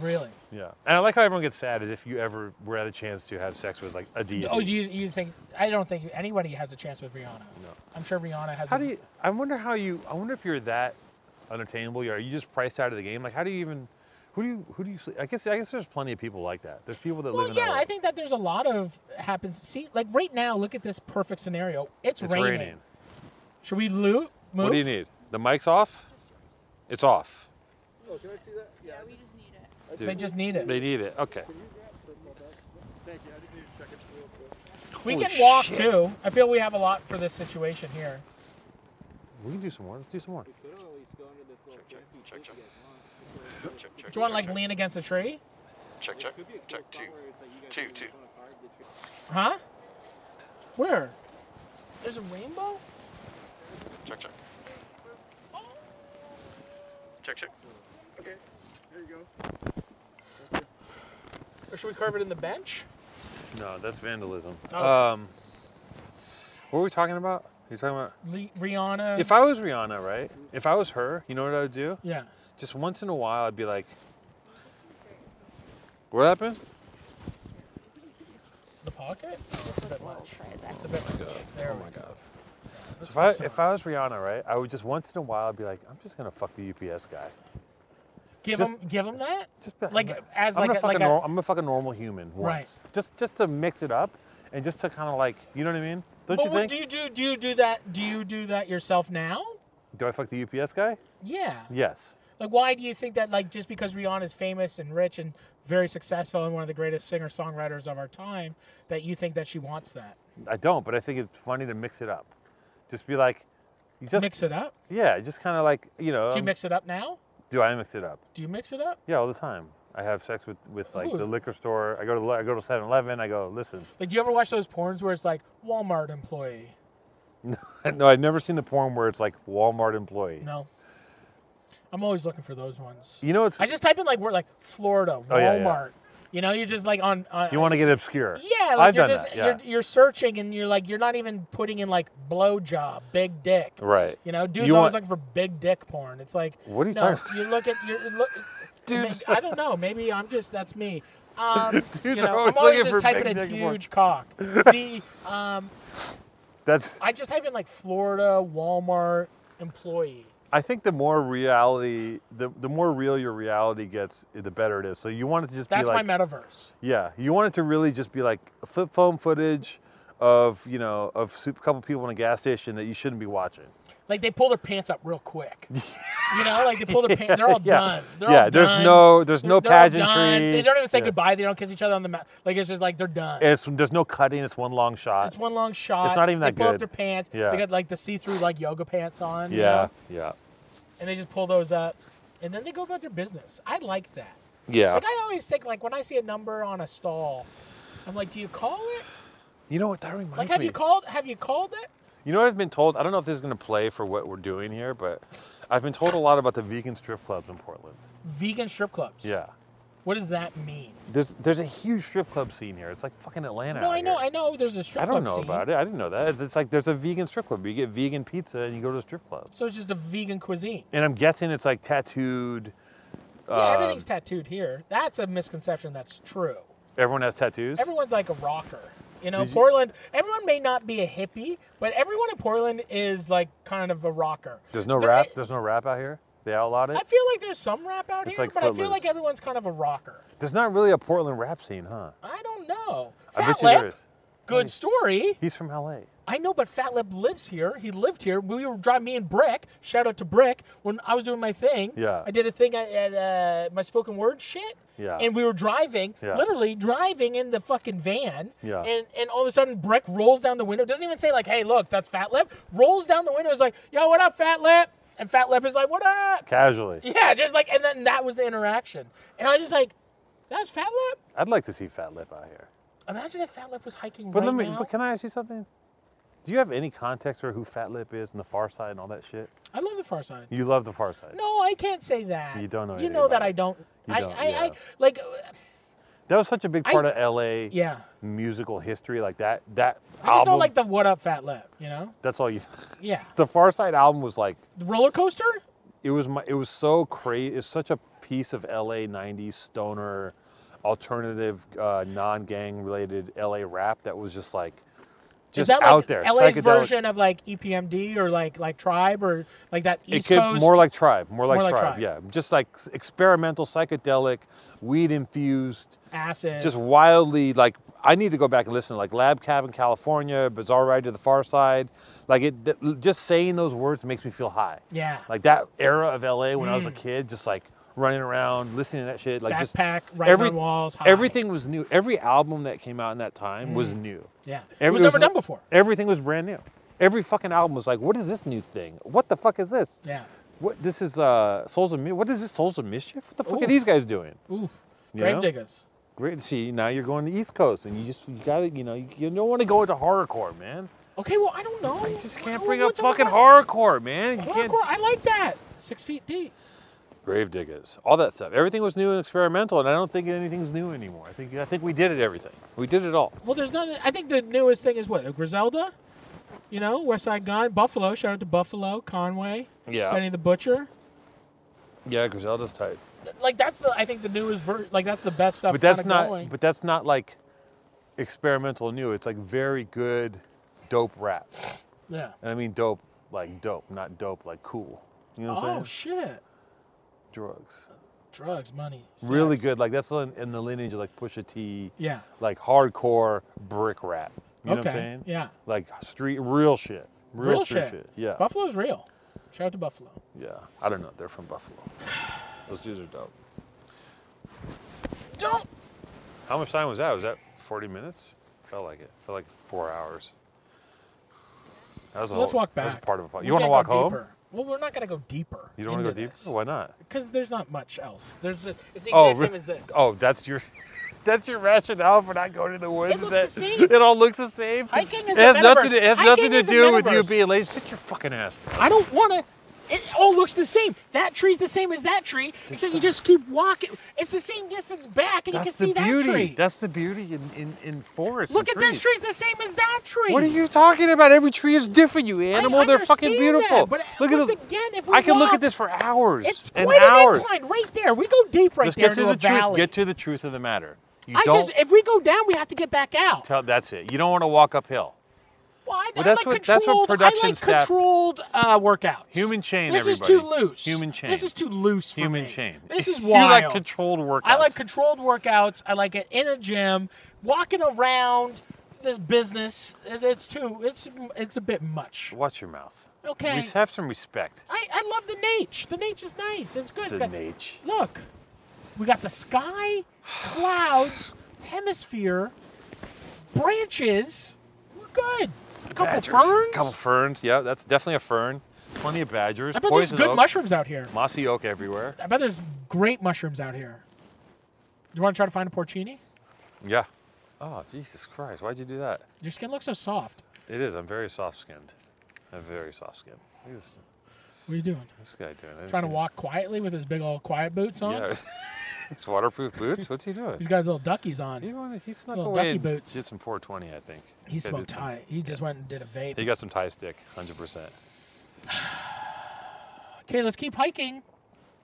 A: Really?
B: Yeah, and I like how everyone gets sad as if you ever were at a chance to have sex with like a deity.
A: Oh, you you think? I don't think anybody has a chance with Rihanna. No. I'm sure Rihanna has.
B: How
A: a,
B: do you? I wonder how you. I wonder if you're that unattainable. Are you just priced out of the game? Like, how do you even? Who do you? Who do you? sleep- I guess. I guess there's plenty of people like that. There's people that
A: Well,
B: live in.
A: yeah,
B: LA.
A: I think that there's a lot of happens. See, like right now, look at this perfect scenario. It's,
B: it's
A: raining.
B: raining.
A: Should we loot? Move?
B: What do you need? The mic's off. It's off.
C: Yeah, we just need it.
A: They just need it.
B: They need it. Okay.
A: we
B: Holy
A: can walk
B: shit.
A: too. I feel we have a lot for this situation here.
B: We can do some more. Let's do some more.
E: Check, check, check. Check, check,
A: Do you want to
E: check,
A: like lean against a tree?
E: check, check, check, check, two, two, two.
A: Huh? Where? There's a rainbow.
E: Check, check. Check, check.
A: Or should we carve it in the bench?
B: No, that's vandalism.
A: Oh.
B: Um, what were we talking about? You're talking about.
A: Le- Rihanna.
B: If I was Rihanna, right? If I was her, you know what I would do?
A: yeah.
B: just once in a while I'd be like, what happened?
A: The pocket? Oh, it's a bit much. It's a bit much.
B: Oh
A: There we go.
B: So if I, if I was Rihanna, right, I would just once in a while be like, I'm just gonna fuck the UPS guy.
A: Give
B: Just-
A: him, give him that.
B: Just be
A: Like,
B: I'm
A: as
B: I'm
A: like
B: gonna
A: a- like
B: fucking
A: a-
B: nor- I'm gonna fuck a normal human once, just just to mix it up, and just to kind of like, you know what I mean? Don't
A: But
B: you
A: what,
B: think?
A: do you do? Do you do that? Do you do that yourself now?
B: Do I fuck the UPS guy?
A: Yeah.
B: Yes.
A: Like, why do you think that? Like, just because Rihanna is famous and rich and very successful and one of the greatest singer-songwriters of our time, that you think that she wants that?
B: I don't, but I think it's funny to mix it up. Just be like, you just
A: mix it up.
B: yeah, just kind of like you know.
A: Do you
B: um,
A: mix it up now?
B: do I mix it up?
A: Do you mix it up?
B: Yeah, all the time. I have sex with, with like the
A: Ooh.
B: liquor store. I go to the li- I go to 7-Eleven. I go, listen. [LAUGHS]
A: Like, do you ever watch those porns where it's like Walmart employee?
B: No, I've never seen the porn where it's like Walmart employee.
A: No. I'm always looking for those ones.
B: You know, it's
A: I just type in like we're like Florida Walmart.
B: Oh, yeah, yeah.
A: You know, you're just like on. on
B: you want to get obscure.
A: Yeah, like
B: I've
A: you're
B: done
A: just
B: that. Yeah.
A: you're you're searching and you're like you're not even putting in like blow job, big dick.
B: right. [LAUGHS]
A: You know, dude's
B: You
A: always
B: want-
A: looking for big dick porn. It's like
B: What are you
A: no,
B: talking about?
A: You look at your look.
B: [LAUGHS] Dudes-
A: I don't know. Maybe I'm just
B: [LAUGHS]
A: that's me. Um,
B: Dudes
A: you
B: are
A: know,
B: always
A: I'm always
B: looking [LAUGHS]
A: just
B: for
A: typing
B: big
A: in
B: dick porn.
A: huge cock. The um,
B: That's.
A: I just type in like Florida Walmart employee.
B: I think the more reality, the, the more real your reality gets, the better it is. So you want it to just
A: That's
B: be like.
A: my metaverse.
B: Yeah, you want it to really just be like flip phone footage of you know of a couple people in a gas station that you shouldn't be watching.
A: Like they pull their pants up real quick.
B: [LAUGHS]
A: you know, like they pull their pants. They're all
B: Yeah.
A: done. They're
B: Yeah,
A: all
B: there's
A: done.
B: no- there's no
A: They're all done.
B: pageantry.
A: They don't even say
B: Yeah.
A: goodbye. They don't kiss each other on the mouth. Like it's just like they're done.
B: And it's, there's no cutting. It's one long shot.
A: it's one long shot.
B: it's not even
A: they
B: that
A: pull up
B: good.
A: their pants.
B: Yeah.
A: They got like the see-through like yoga pants on. you
B: yeah,
A: know?
B: yeah,
A: And they just pull those up, and then they go about their business. I like that.
B: yeah.
A: Like I always think, like when I see a number on a stall, I'm like, do you call it?
B: you know what? That reminds
A: Like, have
B: me.
A: you called? Have you called it?
B: You know what I've been told? I don't know if this is gonna play for what we're doing here, but I've been told a lot about the vegan strip clubs in Portland.
A: Vegan strip clubs.
B: Yeah.
A: What does that mean?
B: There's there's a huge strip club scene here. It's like fucking Atlanta.
A: No,
B: out
A: I know,
B: here.
A: I know. There's a strip
B: I don't
A: club
B: know
A: scene.
B: about it. I didn't know that. It's like there's a vegan strip club. You get vegan pizza and you go to a strip club.
A: So it's just a vegan cuisine.
B: And I'm guessing it's like tattooed. Um,
A: yeah, everything's tattooed here. That's a misconception that's true.
B: Everyone has tattoos.
A: Everyone's like a rocker. You know, Portland, everyone may not be a hippie, but everyone in Portland is like kind of a rocker.
B: There's no
A: There
B: rap.
A: i-
B: There's no rap out here. They outlawed it.
A: I feel like there's some rap out
B: It's
A: here,
B: like
A: but I feel
B: Footloose.
A: like everyone's kind of a rocker.
B: There's not really a Portland rap scene, huh?
A: I don't know.
B: I
A: Fat
B: bet you there
A: Lip,
B: is. Mm.
A: good story.
B: He's from LA.
A: I know, but Fat Lip lives here. He lived here. We were driving me and Brick. Shout out to Brick when I was doing my thing.
B: Yeah.
A: I did a thing at, at uh, my spoken word shit.
B: Yeah.
A: And we were driving,
B: Yeah.
A: literally driving in the fucking van.
B: Yeah.
A: And and all of a sudden, Brick rolls down the window. Doesn't even say like, "Hey, look, that's Fat Lip." Rolls down the window. Is like, "Yo, what up, Fat Lip?" And Fat Lip is like, "What up?"
B: Casually.
A: Yeah, just like, and then that was the interaction. And I was just like, "That's Fat Lip."
B: I'd like to see Fat Lip out here.
A: Imagine if Fat Lip was hiking
B: But
A: right
B: let me.
A: now.
B: But can I ask you something? Do you have any context for who Fat Lip is and the Far Side and all that shit?
A: I love the Far Side.
B: You love the Far Side.
A: No, I can't say that.
B: You don't know
A: You
B: anything
A: know that
B: about
A: I
B: it.
A: don't.
B: You
A: I,
B: don't,
A: I,
B: yeah.
A: I, like, uh,
B: That was such a big
A: I-
B: part of LA
A: yeah.
B: musical history. Like that. That
A: I just
B: album.
A: don't like the "What Up, Fat Lip." You know?
B: that's all you. [LAUGHS]
A: Yeah.
B: The Far Side album was like.
A: The roller coaster.
B: It was my. It was so crazy. It's such a piece of LA '90s stoner, alternative, uh, non-gang related LA rap that was just like. Just
A: Is that
B: out
A: like
B: there.
A: LA's
B: psychedelic.
A: version of like E EPMD or like like Tribe or like that East
B: it could
A: Coast?
B: more like tribe, more like,
A: More like
B: tribe.
A: Tribe.
B: Yeah, just like s- experimental, psychedelic, weed infused,
A: acid.
B: just wildly like. I need to go back and listen to like Lab Cab in California, Bizarre Ride to the Far Side. Like it, th- just saying those words makes me feel high.
A: yeah. Mm.
B: Like that era of LA when I was a kid, just like running around, listening to that shit. Like just
A: Backpack, riding on walls, high. Mm.
B: Everything was new. Every album that came out in that time was new.
A: yeah. it
B: Every-
A: was never done before.
B: Everything was brand new. Every fucking album was like, what is this new thing? What the fuck is this?
A: Yeah.
B: What this is uh Souls of Mi- what is this Souls of Mischief? What the fuck are
A: Oof.
B: these guys doing?
A: Oof.
B: You
A: Grave
B: know?
A: diggers.
B: Great. See, now you're going to the East Coast and you just you gotta you know, you, you don't wanna go into horrorcore, man.
A: Okay. Well, I don't know.
B: You just can't
A: What-
B: bring up
A: what's all
B: fucking
A: this-
B: horrorcore, man. You can't
A: Hardcore. I like that. Six feet deep.
B: grave diggers, all that stuff. Everything was new and experimental, and I don't think anything's new anymore. I think I think we did it everything. We did it all.
A: Well, there's nothing. I think the newest thing is what Griselda, you know, West Side Gun, Buffalo. Shout out to Buffalo, Conway,
B: Yeah.
A: Benny the Butcher.
B: Yeah, Griselda's tight.
A: Like that's the I think the newest ver- like that's the best stuff.
B: But that's
A: kinda
B: not
A: Going.
B: but that's not like experimental new. It's like very good dope rap.
A: yeah.
B: And I mean dope, like dope, not dope, like cool. You know what
A: Oh
B: I'm saying?
A: shit!
B: Drugs.
A: Drugs, money,
B: Really
A: sex.
B: good. Like that's in, in the lineage of like Pusha T,
A: Yeah.
B: like hardcore brick rap. You know what I'm
A: Okay,
B: saying?
A: yeah.
B: Like street, real shit. Real, street shit. Yeah.
A: Buffalo's real. Shout out to Buffalo.
B: yeah. I don't know. They're from Buffalo. [SIGHS] Those dudes are dope.
A: Don't.
B: How much time was that? Was that 40 minutes? Felt like it. Felt like four hours. That was a
A: Let's
B: whole-
A: walk
B: that was
A: back.
B: part of a, po-
A: We
B: you want to
A: can't
B: walk
A: go
B: home?
A: Deeper. Well, we're not gonna go deeper.
B: You don't want to go deeper? Why not?
A: Because there's not much else. There's just, it's the exact
B: Oh,
A: same
B: re-
A: as this.
B: Oh, that's your [LAUGHS] that's your rationale for not going to the woods.
A: It
B: is
A: looks the
B: that-
A: same.
B: [LAUGHS] It all looks the same.
A: Hiking
B: it
A: is
B: has
A: the
B: nothing.
A: metaverse.
B: To, it has
A: Hiking
B: nothing to
A: is the
B: do with you
A: metaverse.
B: being lazy. Sit your fucking ass. down.
A: I don't want to. It all looks the same. That tree's the same as that tree, except you just keep walking. It's the same distance back, and
B: That's the
A: you can see
B: beauty.
A: that tree.
B: That's the beauty in in, in forests.
A: Look at
B: and
A: this tree's the same as that tree.
B: What are you talking about? Every tree is different, you animal.
A: I
B: They're fucking
A: understand that,
B: beautiful.
A: but
B: look
A: once
B: at the,
A: again, if we
B: I can look
A: walk,
B: at this for hours
A: It's
B: and
A: quite an
B: hours.
A: incline right there. We go deep right
B: Let's
A: there
B: get to
A: into
B: the
A: a valley.
B: truth. Get to the truth of the matter. You
A: I
B: don't
A: just if we go down, we have to get back out.
B: tell. That's it. You don't want to walk uphill.
A: Well, I,
B: Well,
A: I
B: that's
A: like
B: what- that's what
A: controlled, I
B: production
A: like
B: staff-
A: controlled uh, workouts.
B: Human chain,
A: This is too
B: everybody.
A: loose.
B: Human chain.
A: This is too loose for
B: Human
A: me.
B: chain.
A: This is
B: You
A: wild.
B: like controlled workouts.
A: I like controlled workouts. I like it in a gym, walking around this business. It- It's too. It's it's a bit much.
B: Watch your mouth.
A: Okay.
B: We have some respect.
A: I, I love the niche. The niche is nice. It's good. It's
B: The
A: got-
B: niche.
A: Look, we got the sky, clouds, hemisphere, branches. We're good. A couple ferns.
B: couple ferns. Yeah, that's definitely a fern. Plenty of badgers.
A: I bet there's
B: poison
A: good
B: oak,
A: mushrooms out here.
B: Mossy oak everywhere.
A: I bet there's great mushrooms out here. Do you want to try to find a porcini?
B: Yeah. Oh, Jesus Christ. Why'd you do that?
A: Your skin looks so soft.
B: It is. I'm very soft skinned. I'm very soft skinned. Look at this,
A: What are you doing?
B: this guy doing. I haven't
A: Trying to
B: seen-
A: walk quietly with his big old quiet boots on.
B: Yeah. [LAUGHS] it's waterproof boots. What's he doing?
A: He's got his little duckies on.
B: He, wanted, he snuck
A: Little
B: away
A: ducky
B: and
A: boots.
B: did some 420, I think.
A: He
B: Yeah, did
A: smoked
B: some-
A: high. He just went and did a vape.
B: He got some tie stick, 100%.
A: Okay, let's keep hiking.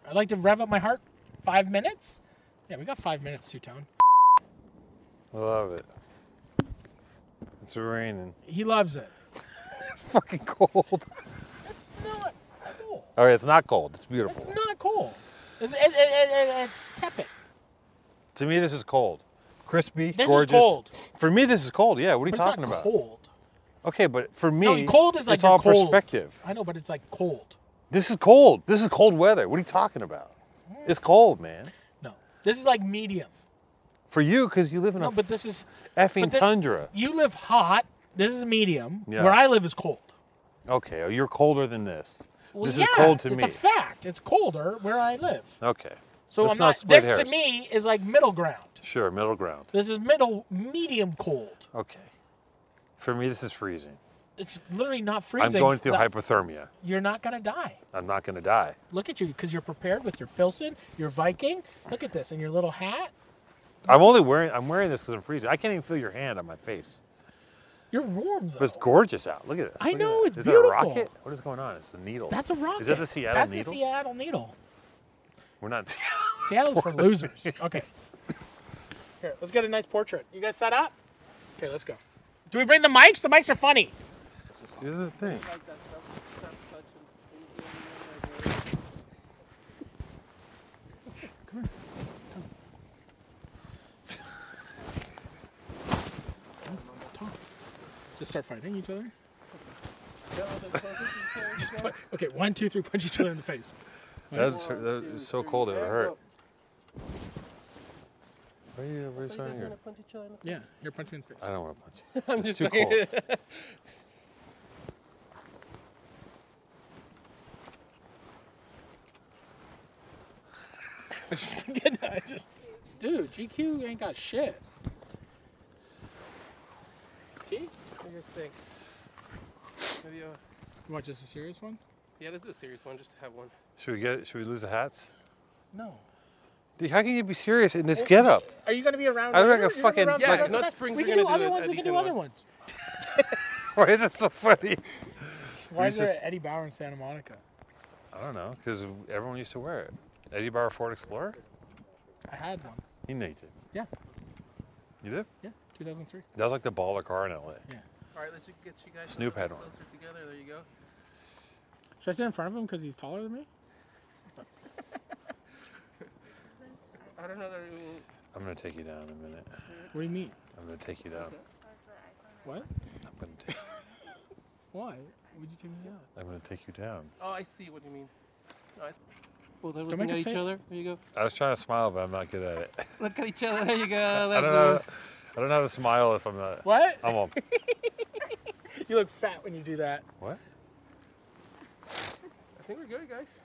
A: I'd like to rev up my heart. Five minutes? Yeah, we got five minutes to town.
B: Love it. It's
A: [LAUGHS]
B: raining.
A: He loves it.
B: It's fucking cold.
A: That's not cool.
B: All right, it's not cold. It's beautiful.
A: That's not cool. It, it, it, it- it's tepid.
B: To me, this is cold. Crispy,
A: This is
B: gorgeous.
A: cold.
B: For me, this is cold. Yeah, what are you
A: But
B: talking
A: it's not
B: about?
A: cold.
B: Okay, but for me,
A: No, cold is like
B: it's
A: you're
B: all
A: cold.
B: perspective.
A: I know, but it's like cold.
B: This is cold. This is cold weather. What are you talking about? It's cold, man.
A: No, this is like medium.
B: For you, because you live in
A: No,
B: a
A: but this is.
B: effing
A: but the-
B: tundra.
A: You live hot. This is medium.
B: Yeah.
A: Where I live is cold.
B: Okay, oh, you're colder than this.
A: Well,
B: this
A: yeah,
B: is cold to
A: it's
B: me.
A: a fact. It's colder where I live.
B: okay.
A: So
B: Let's
A: I'm not.
B: split
A: this to
B: hairs.
A: me is like middle ground.
B: Sure, middle ground.
A: This is middle medium cold.
B: Okay. For me, this is freezing.
A: It's literally not freezing.
B: I'm going through
A: The-
B: hypothermia.
A: You're not gonna die.
B: I'm not going to die.
A: Look at you, because you're prepared with your Filson, your Viking. Look at this, and your little hat.
B: I'm only wearing. I'm wearing this because I'm freezing. I can't even feel your hand on my face.
A: You're warm though.
B: But it's gorgeous out. Look at this.
A: I
B: Look at
A: know,
B: that.
A: it's
B: Is That a
A: beautiful.
B: rocket? What is going on? It's a needle.
A: That's a rocket.
B: Is that the Seattle
A: That's
B: needle?
A: the
B: [LAUGHS]
A: Seattle needle.
B: We're not. [LAUGHS]
A: Seattle's for losers. Okay. Here, let's get a nice portrait. You guys set up? Okay, let's go. Do we bring the mics? The mics are funny.
B: the other thing.
A: Just start fighting each other. Just put- [LAUGHS] okay, one, two, three, punch each other in the face.
B: That's that is so cold it would hurt. Where are you? Where are you starting here?
A: Yeah, here, punch me in the face.
B: I don't want [LAUGHS] to punch. you. it's too cold.
A: [LAUGHS] I just, I just, dude, GQ ain't got shit.
F: See? What do you guys think? Maybe uh,
A: You want just a serious one?
F: yeah, let's do a serious one just to have one.
B: Should we get? Should we lose the hats?
A: No.
B: Dude, How can you be serious in this getup? [LAUGHS]
A: Are you gonna be around?
B: I look
A: later?
B: like a
A: You're gonna be
B: fucking-
A: around
B: Yeah,
A: for the rest
F: not
A: of the time?
F: springs
A: We
F: are
A: can
F: gonna
A: do
F: do
A: other
F: a-
A: ones.
F: a
A: We can do
F: decent
A: other
F: one.
A: ones.
B: Why is it so funny?
A: Why is
B: He's
A: there
B: just-
A: an Eddie Bauer in Santa Monica?
B: I don't know, because everyone used to wear it. Eddie Bauer Ford Explorer?
A: I had one.
B: He knew you did.
A: Yeah.
B: You did?
A: Yeah, 2003.
B: That was like the baller car in LA.
F: All right, let's get you guys
B: Snoop had one.
F: closer together. There you go.
A: Should I stand in front of him because he's taller than me?
F: I don't know that it will.
B: I'm gonna take you down in a minute.
A: What do you mean?
B: I'm gonna take you down.
A: What?
B: I'm gonna [LAUGHS] take,
A: Why? Would you take me out?
B: I'm gonna take you down.
F: Oh, I see what you mean. Oh, All right. Well, they're
A: make
F: looking
A: a
F: at each
A: fa-
F: other. There you go.
B: I was trying to smile, but I'm not good at it.
F: Look at each other. There you go.
B: I
F: That's
B: don't know. I don't know how to smile if I'm not.
A: What?
B: I'm [LAUGHS] all.
A: You look fat when you do that.
B: What?
F: I think we're good, guys.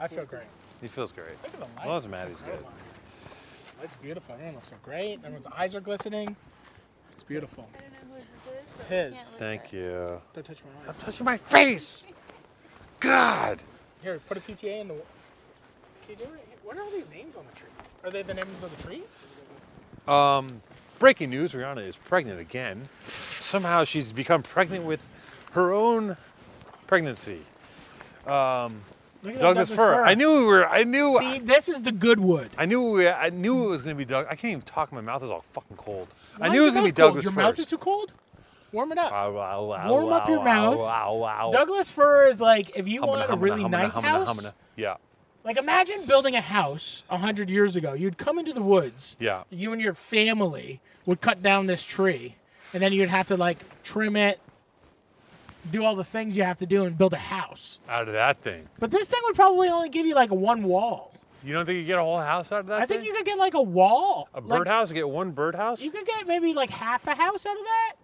A: I feel great.
B: He feels great.
A: Look at the light.
B: Well, it's
A: It's
B: Maddie's good.
A: incredible. It's beautiful. Everyone looks so great. Everyone's eyes are glistening. It's beautiful.
C: I don't know whose this is, but
A: His.
C: We can't lose
B: Thank
C: it.
B: you.
A: Don't touch my eyes.
B: Touching my face. God.
A: Here, put a PTA in the. Can you do it? What are all these names on the trees? Are they the names of the trees?
B: Um, breaking news: Rihanna is pregnant again. Somehow she's become pregnant with her own pregnancy.
A: Look at that
B: Douglas, fir. I knew we were. I knew.
A: See, this is the good wood.
B: I knew we, I knew it was gonna be Doug. I can't even talk. My mouth is all fucking cold.
A: Why
B: I
A: is
B: knew it was
A: your
B: gonna be
A: mouth cold?
B: Douglas
A: Your
B: first.
A: mouth is too cold. Warm it up.
B: Wow, wow, wow,
A: Warm up
B: wow,
A: your
B: wow,
A: mouth.
B: Wow, wow.
A: Douglas fir is like if you
B: Humana,
A: want a
B: humana,
A: really
B: humana,
A: nice
B: humana,
A: house.
B: humana. Yeah.
A: Like imagine building a house a hundred years ago. You'd come into the woods.
B: Yeah.
A: You and your family would cut down this tree, and then you'd have to like trim it, do all the things you have to do, and build a house.
B: Out of that thing.
A: But this thing would probably only give you like one wall.
B: You don't think you get a whole house out of that
A: I think
B: thing?
A: you could get like a wall.
B: a
A: Like,
B: birdhouse? You get one birdhouse?
A: You could get maybe like half a house out of that.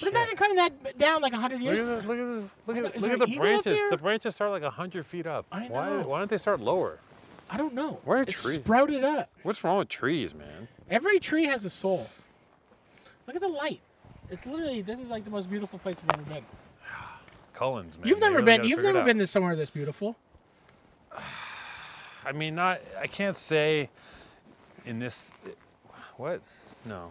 A: But imagine cutting that down like hundred
B: Look
A: years.
B: at the, look at the, look
A: I
B: at
A: thought-
B: the,
A: is
B: look at
A: there
B: the
A: an eagle up
B: branches. The
A: there?
B: branches start like 100 feet up.
A: I
B: Why,
A: know.
B: why don't they start lower?
A: I don't know.
B: Where are
A: it's
B: trees?
A: sprouted up.
B: What's wrong with trees, man?
A: Every tree has a soul. Look at the light. It's literally this is like the most beautiful place I've ever been.
B: Cullens, man.
A: you've
B: they
A: never
B: really
A: been.
B: gotta
A: You've
B: figure it
A: never
B: out.
A: been to somewhere this beautiful.
B: I mean, not. I can't say in this. What? No,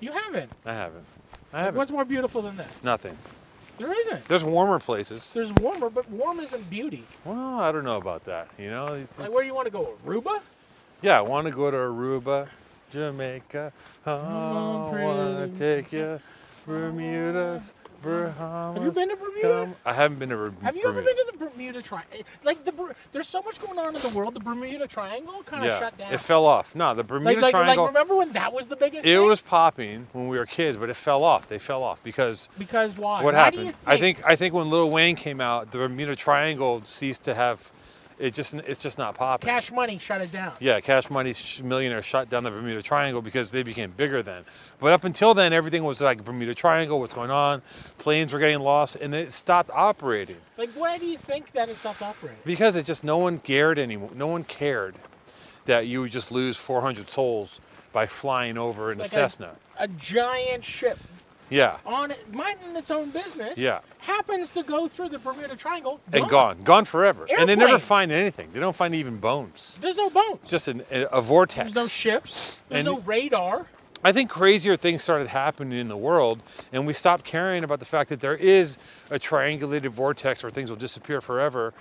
A: You haven't.
B: I haven't. I haven't.
A: What's more beautiful than this?
B: Nothing.
A: There isn't.
B: There's warmer places.
A: There's warmer, but warm isn't beauty.
B: Well, I don't know about that. You know, it's,
A: Like
B: it's-
A: where you want to go, Aruba?
B: yeah, I want to go to Aruba, Jamaica. I want
A: pretty.
B: to take you, Bermudas, Bahamas.
A: Have you been to Bermuda?
B: come- I haven't been to Ber- Bermuda.
A: Have you ever been to the Bermuda Triangle? Like the Ber- there's so much going on in the world. The Bermuda Triangle kind of
B: yeah,
A: shut down.
B: It fell off. No, the
A: like,
B: Bermuda
A: like,
B: Triangle.
A: like remember when that was the biggest?
B: it
A: thing?
B: was popping when we were kids, but it fell off. They fell off because
A: because why?
B: What
A: why
B: happened?
A: Do you
B: I think I think when Lil Wayne came out, the Bermuda Triangle ceased to have. It just it's just not popping.
A: Cash Money shut it down.
B: Yeah, Cash Money sh- Millionaire shut down the Bermuda Triangle because they became bigger then. But up until then, everything was like Bermuda Triangle. What's going on? Planes were getting lost, and it stopped operating
A: Like why do you think that it stopped operating?
B: because it just no one cared anymore. No one cared that you would just lose 400 souls by flying over in
A: Like
B: a
A: a-
B: Cessna.
A: A giant ship
B: yeah,
A: on it, minding its own business.
B: Yeah.
A: Happens to go through the Bermuda Triangle.
B: and gone, gone forever. And they never
A: Airplane.
B: find anything. They don't find even bones.
A: There's no bones.
B: just an, a, a vortex.
A: There's no ships. There's
B: And-
A: no radar.
B: I think crazier things started happening in the world, and we stopped caring about the fact that there is a triangulated vortex where things will disappear forever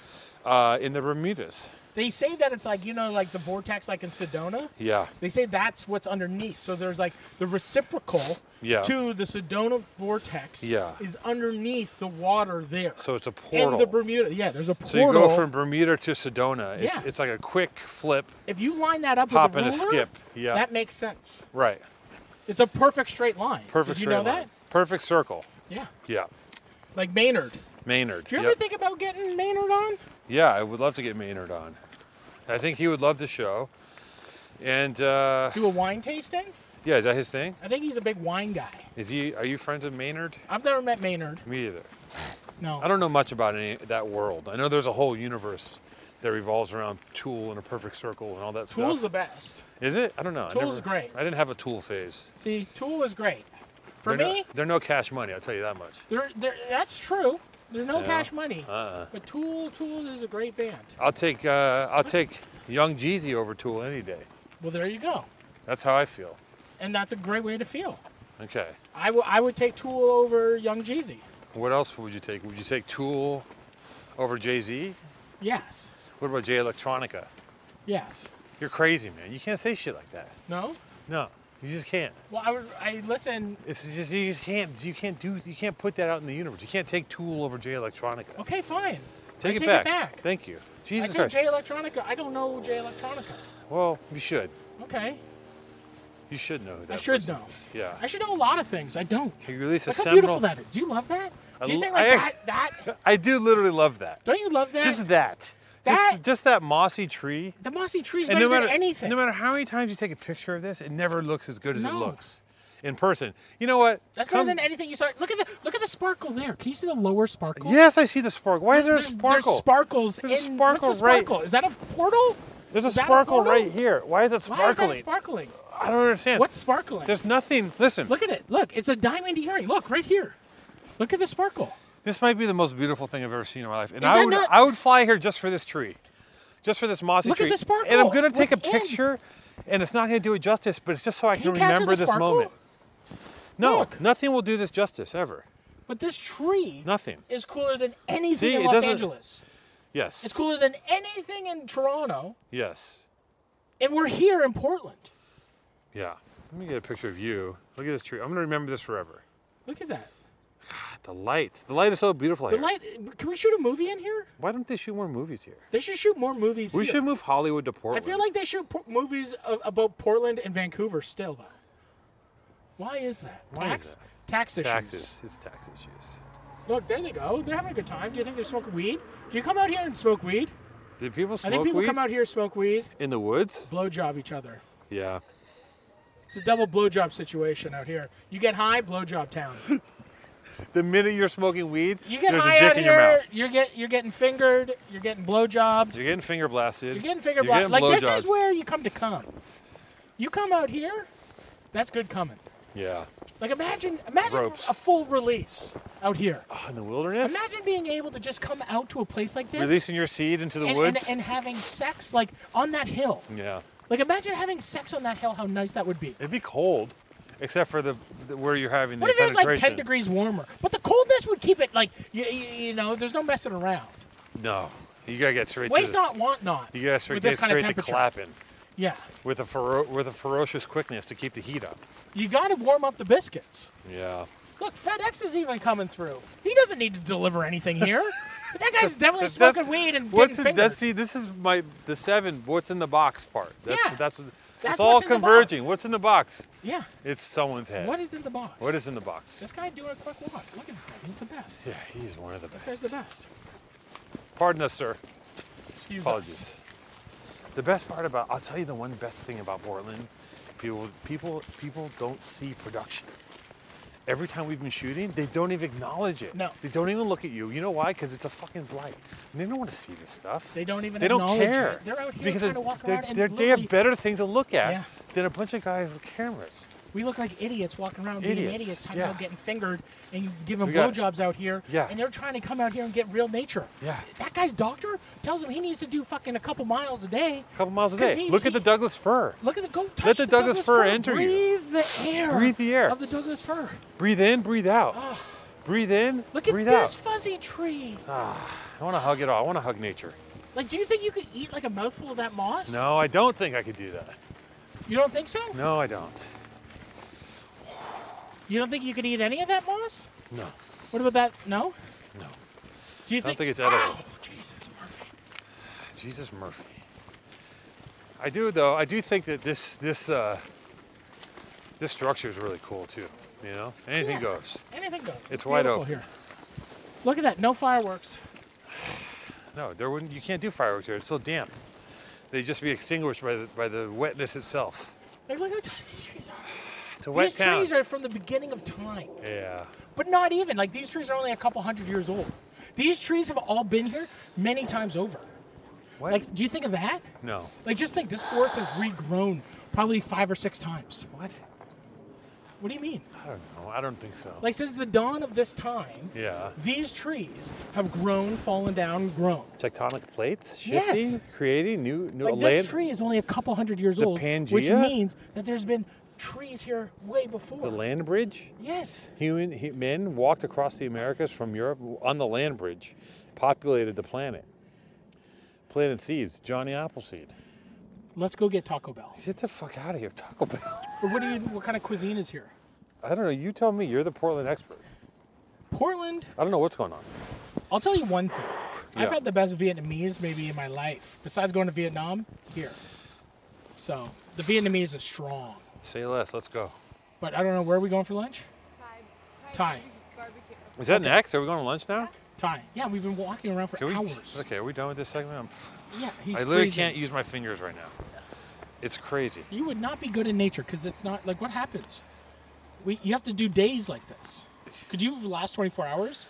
B: uh, in the Bermudas.
A: They say that it's like you know, like the vortex, like in Sedona.
B: Yeah.
A: They say that's what's underneath. So there's like the reciprocal
B: Yeah.
A: to the Sedona vortex
B: Yeah.
A: is underneath the water there.
B: So it's a
A: In
B: portal.
A: the Bermuda, yeah, there's a portal.
B: so you go from Bermuda to Sedona. It's,
A: Yeah.
B: it's like a quick flip,
A: if you line that up
B: hop,
A: with
B: and
A: a
B: a
A: ruler,
B: skip. Yeah.
A: that makes sense.
B: right.
A: It's a perfect straight line.
B: Perfect
A: Did you
B: straight
A: know
B: line. Perfect circle.
A: that? Yeah.
B: Yeah.
A: Like Maynard.
B: Maynard.
A: Do you ever
B: Yep.
A: think about getting Maynard on?
B: yeah, I would love to get Maynard on. I think he would love the show. And uh,
A: Do a wine tasting?
B: yeah, is that his thing?
A: I think he's a big wine guy.
B: Is he? Are you friends with Maynard?
A: I've never met Maynard.
B: Me either.
A: No.
B: I don't know much about any that world. I know there's a whole universe that revolves around Tool and a perfect circle and all that
A: Tool's the
B: stuff.
A: best.
B: Is it? I don't know. I
A: Tool's
B: never-
A: great.
B: I didn't have a Tool phase.
A: See, Tool is great. For
B: They're no-
A: me,
B: they're no cash money. I'll tell you that much.
A: There, there, that's true. There's no
B: Yeah.
A: cash money.
B: Uh-uh.
A: But Tool, Tool is a great band.
B: I'll take uh, I'll take Young Jeezy over Tool any day.
A: Well, there you go.
B: That's how I feel.
A: And that's a great way to feel.
B: Okay.
A: I wou- I would take Tool over Young Jeezy.
B: What else would you take? Would you take Tool over Jay Z?
A: Yes.
B: What about Jay Electronica?
A: Yes.
B: You're crazy, man. You can't say shit like that.
A: No?
B: No, you just can't.
A: Well, I would. I listen.
B: It's just you just can't you can't do you can't put that out in the universe. You can't take Tool over Jay Electronica.
A: Okay, fine.
B: Take,
A: I
B: it,
A: take
B: back.
A: it back.
B: Thank you. Jesus
A: I take
B: Christ.
A: Jay Electronica. I don't know Jay Electronica.
B: well, you should.
A: Okay.
B: You should know who that
A: I should
B: person
A: know.
B: is. Yeah.
A: I should know a lot of things. I don't.
B: He released a
A: Look how
B: seminal.
A: beautiful that is. Do you love that?
B: I
A: Do you
B: l-
A: think like
B: I-
A: that? That?
B: I do literally love that.
A: Don't you love that?
B: Just that.
A: That-
B: Just, just that mossy tree.
A: the mossy tree's
B: And
A: better than anything.
B: no matter how many times you take a picture of this, it never looks as good as it
A: No.
B: looks in person. You know what?
A: That's
B: Come-
A: better than anything you saw. Look at the look at the sparkle there. Can you see the lower sparkle?
B: Yes, I see the sparkle. Why is there a
A: There's, there's
B: sparkle?
A: sparkles
B: There's a
A: in
B: sparkle
A: what's the
B: right-
A: sparkle? Is that a portal?
B: There's a
A: Is that a
B: sparkle
A: photo?
B: right here. Why is it
A: Why
B: sparkling?
A: is that sparkling?
B: I don't understand.
A: What's sparkling?
B: There's nothing. Listen,
A: Look at it. Look, it's a diamond earring. Look right here. Look at the sparkle.
B: this might be the most beautiful thing I've ever seen in my life, and
A: Is
B: I
A: that
B: would
A: not-
B: I would fly here just for this tree, just for this mossy
A: Look at
B: tree.
A: the sparkle
B: And I'm gonna take a
A: within.
B: picture, and it's not gonna do it justice, but it's just so I
A: Can
B: can,
A: you capture
B: remember
A: the
B: this moment. No,
A: Look.
B: nothing will do this justice ever.
A: But this tree
B: Nothing.
A: is cooler than anything
B: See,
A: in
B: it
A: Los
B: doesn't-
A: Angeles.
B: Yes.
A: It's cooler than anything in Toronto,
B: Yes.
A: and we're here in Portland.
B: Yeah. Let me get a picture of you. Look at this tree. I'm gonna remember this forever.
A: Look at that.
B: The light. The light is so beautiful
A: The
B: here.
A: light. Can we shoot a movie in here?
B: Why don't they shoot more movies here?
A: They should shoot more movies.
B: We
A: here.
B: should move Hollywood to
A: I
B: Portland.
A: feel like they shoot po- movies of, about Portland and Vancouver still though. Why is that?
B: is
A: Tax
B: that?
A: tax issues.
B: taxes. It's tax issues.
A: Look, there they go. They're having a good time. Do you think they're smoking weed? Do you come out here and smoke weed?
B: Did people
A: I
B: smoke
A: think people
B: weed
A: come out here, smoke weed,
B: in the woods?
A: blowjob each other.
B: Yeah.
A: It's a double blowjob situation out here. You get high, blowjob town.
B: The minute you're smoking weed,
A: You get
B: there's
A: high
B: a dick
A: out
B: in
A: here.
B: your mouth.
A: You're get you're getting fingered. You're getting blowjobbed.
B: You're getting finger blasted.
A: You're getting finger
B: You're
A: blocked. Like this is
B: blowjobbed.
A: where you come to come. You come out here, that's good coming.
B: Yeah.
A: Like imagine imagine
B: Ropes.
A: a full release out here.
B: Oh, in the wilderness?
A: Imagine being able to just come out to a place like this
B: Releasing your seed into the
A: and, and,
B: woods?
A: and having sex like on that hill.
B: yeah.
A: Like imagine having sex on that hill, how nice that would be.
B: It'd be cold, except for the, the where you're having
A: What
B: the
A: if it was like 10
B: penetration.
A: degrees warmer? But the coldness would keep it like you, you, you know, there's no messing around.
B: No. You gotta get straight
A: Waste
B: to the,
A: not, want not.
B: You gotta straight,
A: with this
B: get
A: kind of
B: straight to
A: temperature.
B: clapping
A: Yeah,
B: with a fero- with a ferocious quickness to keep the heat up.
A: you got to warm up the biscuits.
B: Yeah.
A: Look, FedEx is even coming through. He doesn't need to deliver anything here. But that guy's definitely
B: That-
A: smoking weed and
B: What's
A: getting
B: in, that's,
A: fingered.
B: see? This is my the seven. What's in the box part? That's,
A: Yeah.
B: That's, what-
A: That's
B: it's all
A: what's in the
B: converging.
A: box.
B: What's in the box?
A: Yeah.
B: It's someone's head.
A: What is in the box?
B: What is in the box?
A: this guy doing a quick walk? Look at this guy. He's the best.
B: Yeah, he's one of the
A: This
B: best.
A: guy's the best.
B: Pardon us, sir.
A: Excuse us.
B: Apologies. The best part about I'll tell you the one best thing about Portland, people people people don't see production. Every time we've been shooting, they don't even acknowledge it.
A: No.
B: They don't even look at you. You know why? Because it's a fucking blight. And they don't want to see this stuff.
A: They don't even
B: They don't
A: acknowledge
B: care.
A: it. They're out here
B: because
A: trying to
B: it-
A: walk
B: they're-
A: around and
B: they're- they have
A: literally-
B: better things to look at
A: Yeah.
B: than a bunch of guys with cameras.
A: We look like idiots walking around being
B: Idiots,
A: idiots, talking
B: yeah.
A: about getting fingered and giving
B: We got-
A: blowjobs out here.
B: Yeah.
A: And they're trying to come out here and get real nature.
B: Yeah.
A: That guy's doctor tells him he needs to do fucking a couple miles a day.
B: A couple miles a
A: 'Cause
B: day.
A: he-
B: look at the
A: he-
B: Douglas fir.
A: Look at the go touch
B: Let the Douglas fir
A: fir.
B: enter you.
A: Breathe the air.
B: Breathe the air.
A: of the Douglas fir.
B: Breathe in, breathe out. breathe in,
A: Look at
B: breathe
A: this
B: out.
A: fuzzy tree.
B: I want to hug it all. I want to hug nature.
A: Like, do you think you could eat like a mouthful of that moss?
B: No, I don't think I could do that.
A: You don't think so?
B: No, I don't.
A: You don't think you could eat any of that moss?
B: No,
A: What about that? No.
B: no.
A: Do you
B: I don't
A: think?
B: think it's
A: oh,
B: edible.
A: Jesus, Murphy.
B: Jesus Murphy. I do though. I do think that this this uh, this structure is really cool too. You know, anything
A: Yeah.
B: goes.
A: Anything goes. It's,
B: wide
A: beautiful
B: open.
A: here. Look at that. No fireworks.
B: No, there wouldn't. You can't do fireworks here. It's so damp. They just be extinguished by the by the wetness itself.
A: Like, look how tall these trees are.
B: It's a wet
A: these
B: town.
A: trees are from the beginning of time.
B: yeah.
A: But not even. Like, these trees are only a couple hundred years old. These trees have all been here many times over.
B: What?
A: Like, do you think of that?
B: no.
A: Like, just think this forest has regrown probably five or six times.
B: What?
A: What do you mean?
B: I don't know. I don't think so.
A: Like, since the dawn of this time,
B: yeah.
A: these trees have grown, fallen down, grown.
B: Tectonic plates shifting,
A: Yes.
B: creating new new
A: Like,
B: land.
A: this tree is only a couple hundred years
B: The
A: old, which
B: Pangea?
A: means that there's been trees here way before.
B: the land bridge.
A: Yes.
B: Human he, men walked across the Americas from Europe on the land bridge, populated the planet. Planted seeds, Johnny Appleseed.
A: Let's go get Taco Bell.
B: Get the fuck out of here, Taco Bell.
A: Or what do you? What kind of cuisine is here?
B: I don't know. You tell me. You're the Portland expert.
A: Portland.
B: I don't know what's going on.
A: I'll tell you one thing. I've
B: Yeah.
A: had the best Vietnamese maybe in my life, besides going to Vietnam. Here. So the Vietnamese is strong.
B: Say less. Let's go.
A: But I don't know where are we going for lunch. Thai.
G: Barbecue.
B: Is that next? Are we going to lunch now?
A: Thai. Yeah, we've been walking around for
B: Can we?
A: hours.
B: Okay. Are we done with this segment? I'm,
A: Yeah, he's
B: I literally
A: freezing.
B: can't use my fingers right now. It's crazy.
A: You would not be good in nature because it's not like what happens. We you have to do days like this. Could you last 24 hours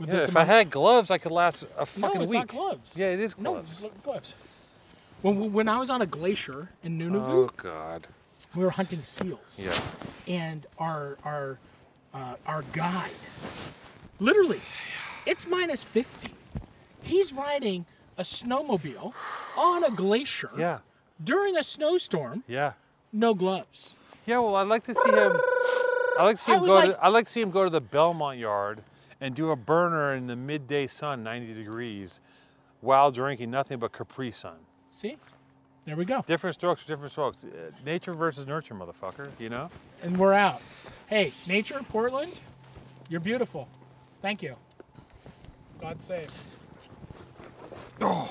A: with
B: Yeah,
A: this
B: if I
A: amount-
B: had gloves, I could last a fucking
A: no, it's
B: week.
A: not gloves.
B: Yeah, it is
A: No,
B: gloves.
A: glo- gloves. When, when I was on a glacier in Nunavut,
B: oh God.
A: we were hunting seals.
B: Yeah.
A: And our our uh, our guide, literally, it's minus fifty. He's riding a snowmobile on a glacier.
B: Yeah.
A: During a snowstorm,
B: Yeah.
A: no gloves.
B: Yeah, well, I'd like to see him. I like to see
A: I
B: him
A: was
B: go.
A: like-
B: to, I like to see him go to the Belmont Yard and do a burner in the midday sun, 90 degrees, while drinking nothing but Capri Sun.
A: See, there we go.
B: Different strokes, for different strokes. Uh, Nature versus nurture, motherfucker. You know?
A: and we're out. Hey, nature, Portland, You're beautiful. Thank you. God save.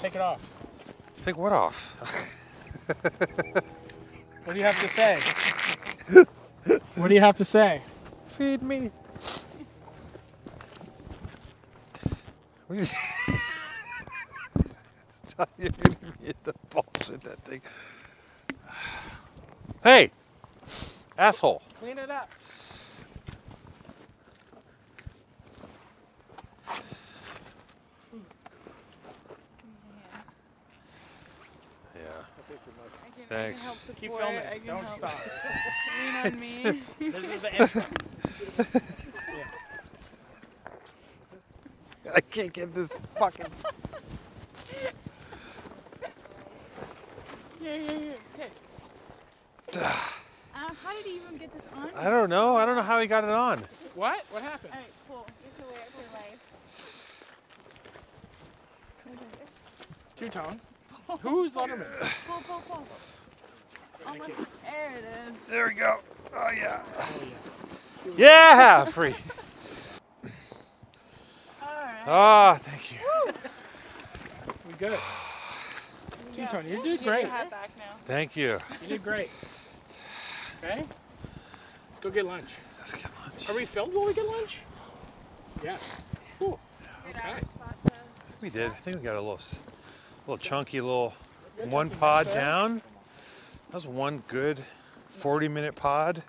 A: Take it off.
B: Take what off?
H: What do you have to say?
A: What do you have to say?
B: Feed me. What is- You're gonna be in the balls with that thing. Hey, asshole.
A: Clean it up.
B: Yeah.
C: I can,
B: Thanks.
C: I can
H: Keep
C: help support.
H: filming.
C: I can
H: Don't
C: help
H: stop.
C: Lean on me.
H: This is the intro.
B: I can't get this fucking.
C: Yeah, yeah, yeah. Okay. Uh, how did he even get this on?
B: I don't know. I don't know how he got it on.
A: What? What happened?
C: All right, cool. It's a way of your life.
A: Two tone.
H: Who's Letterman?
C: Pull, pull, pull. Almost. There it is.
B: There we go. Oh yeah. Yeah, free.
C: All right.
B: Ah, thank you.
A: We good. Two
C: Yeah.
A: tone. You did
C: Get
A: great.
C: your hat back now.
B: Thank you.
A: You did great. Okay. Let's go get lunch.
B: Let's get lunch.
A: Are we filmed when we get lunch? Yeah. Cool.
C: Good
A: Okay.
C: hour spot to.
B: We did. I think we got a little, s- little chunky little one pod down. That was one good 40 minute pod.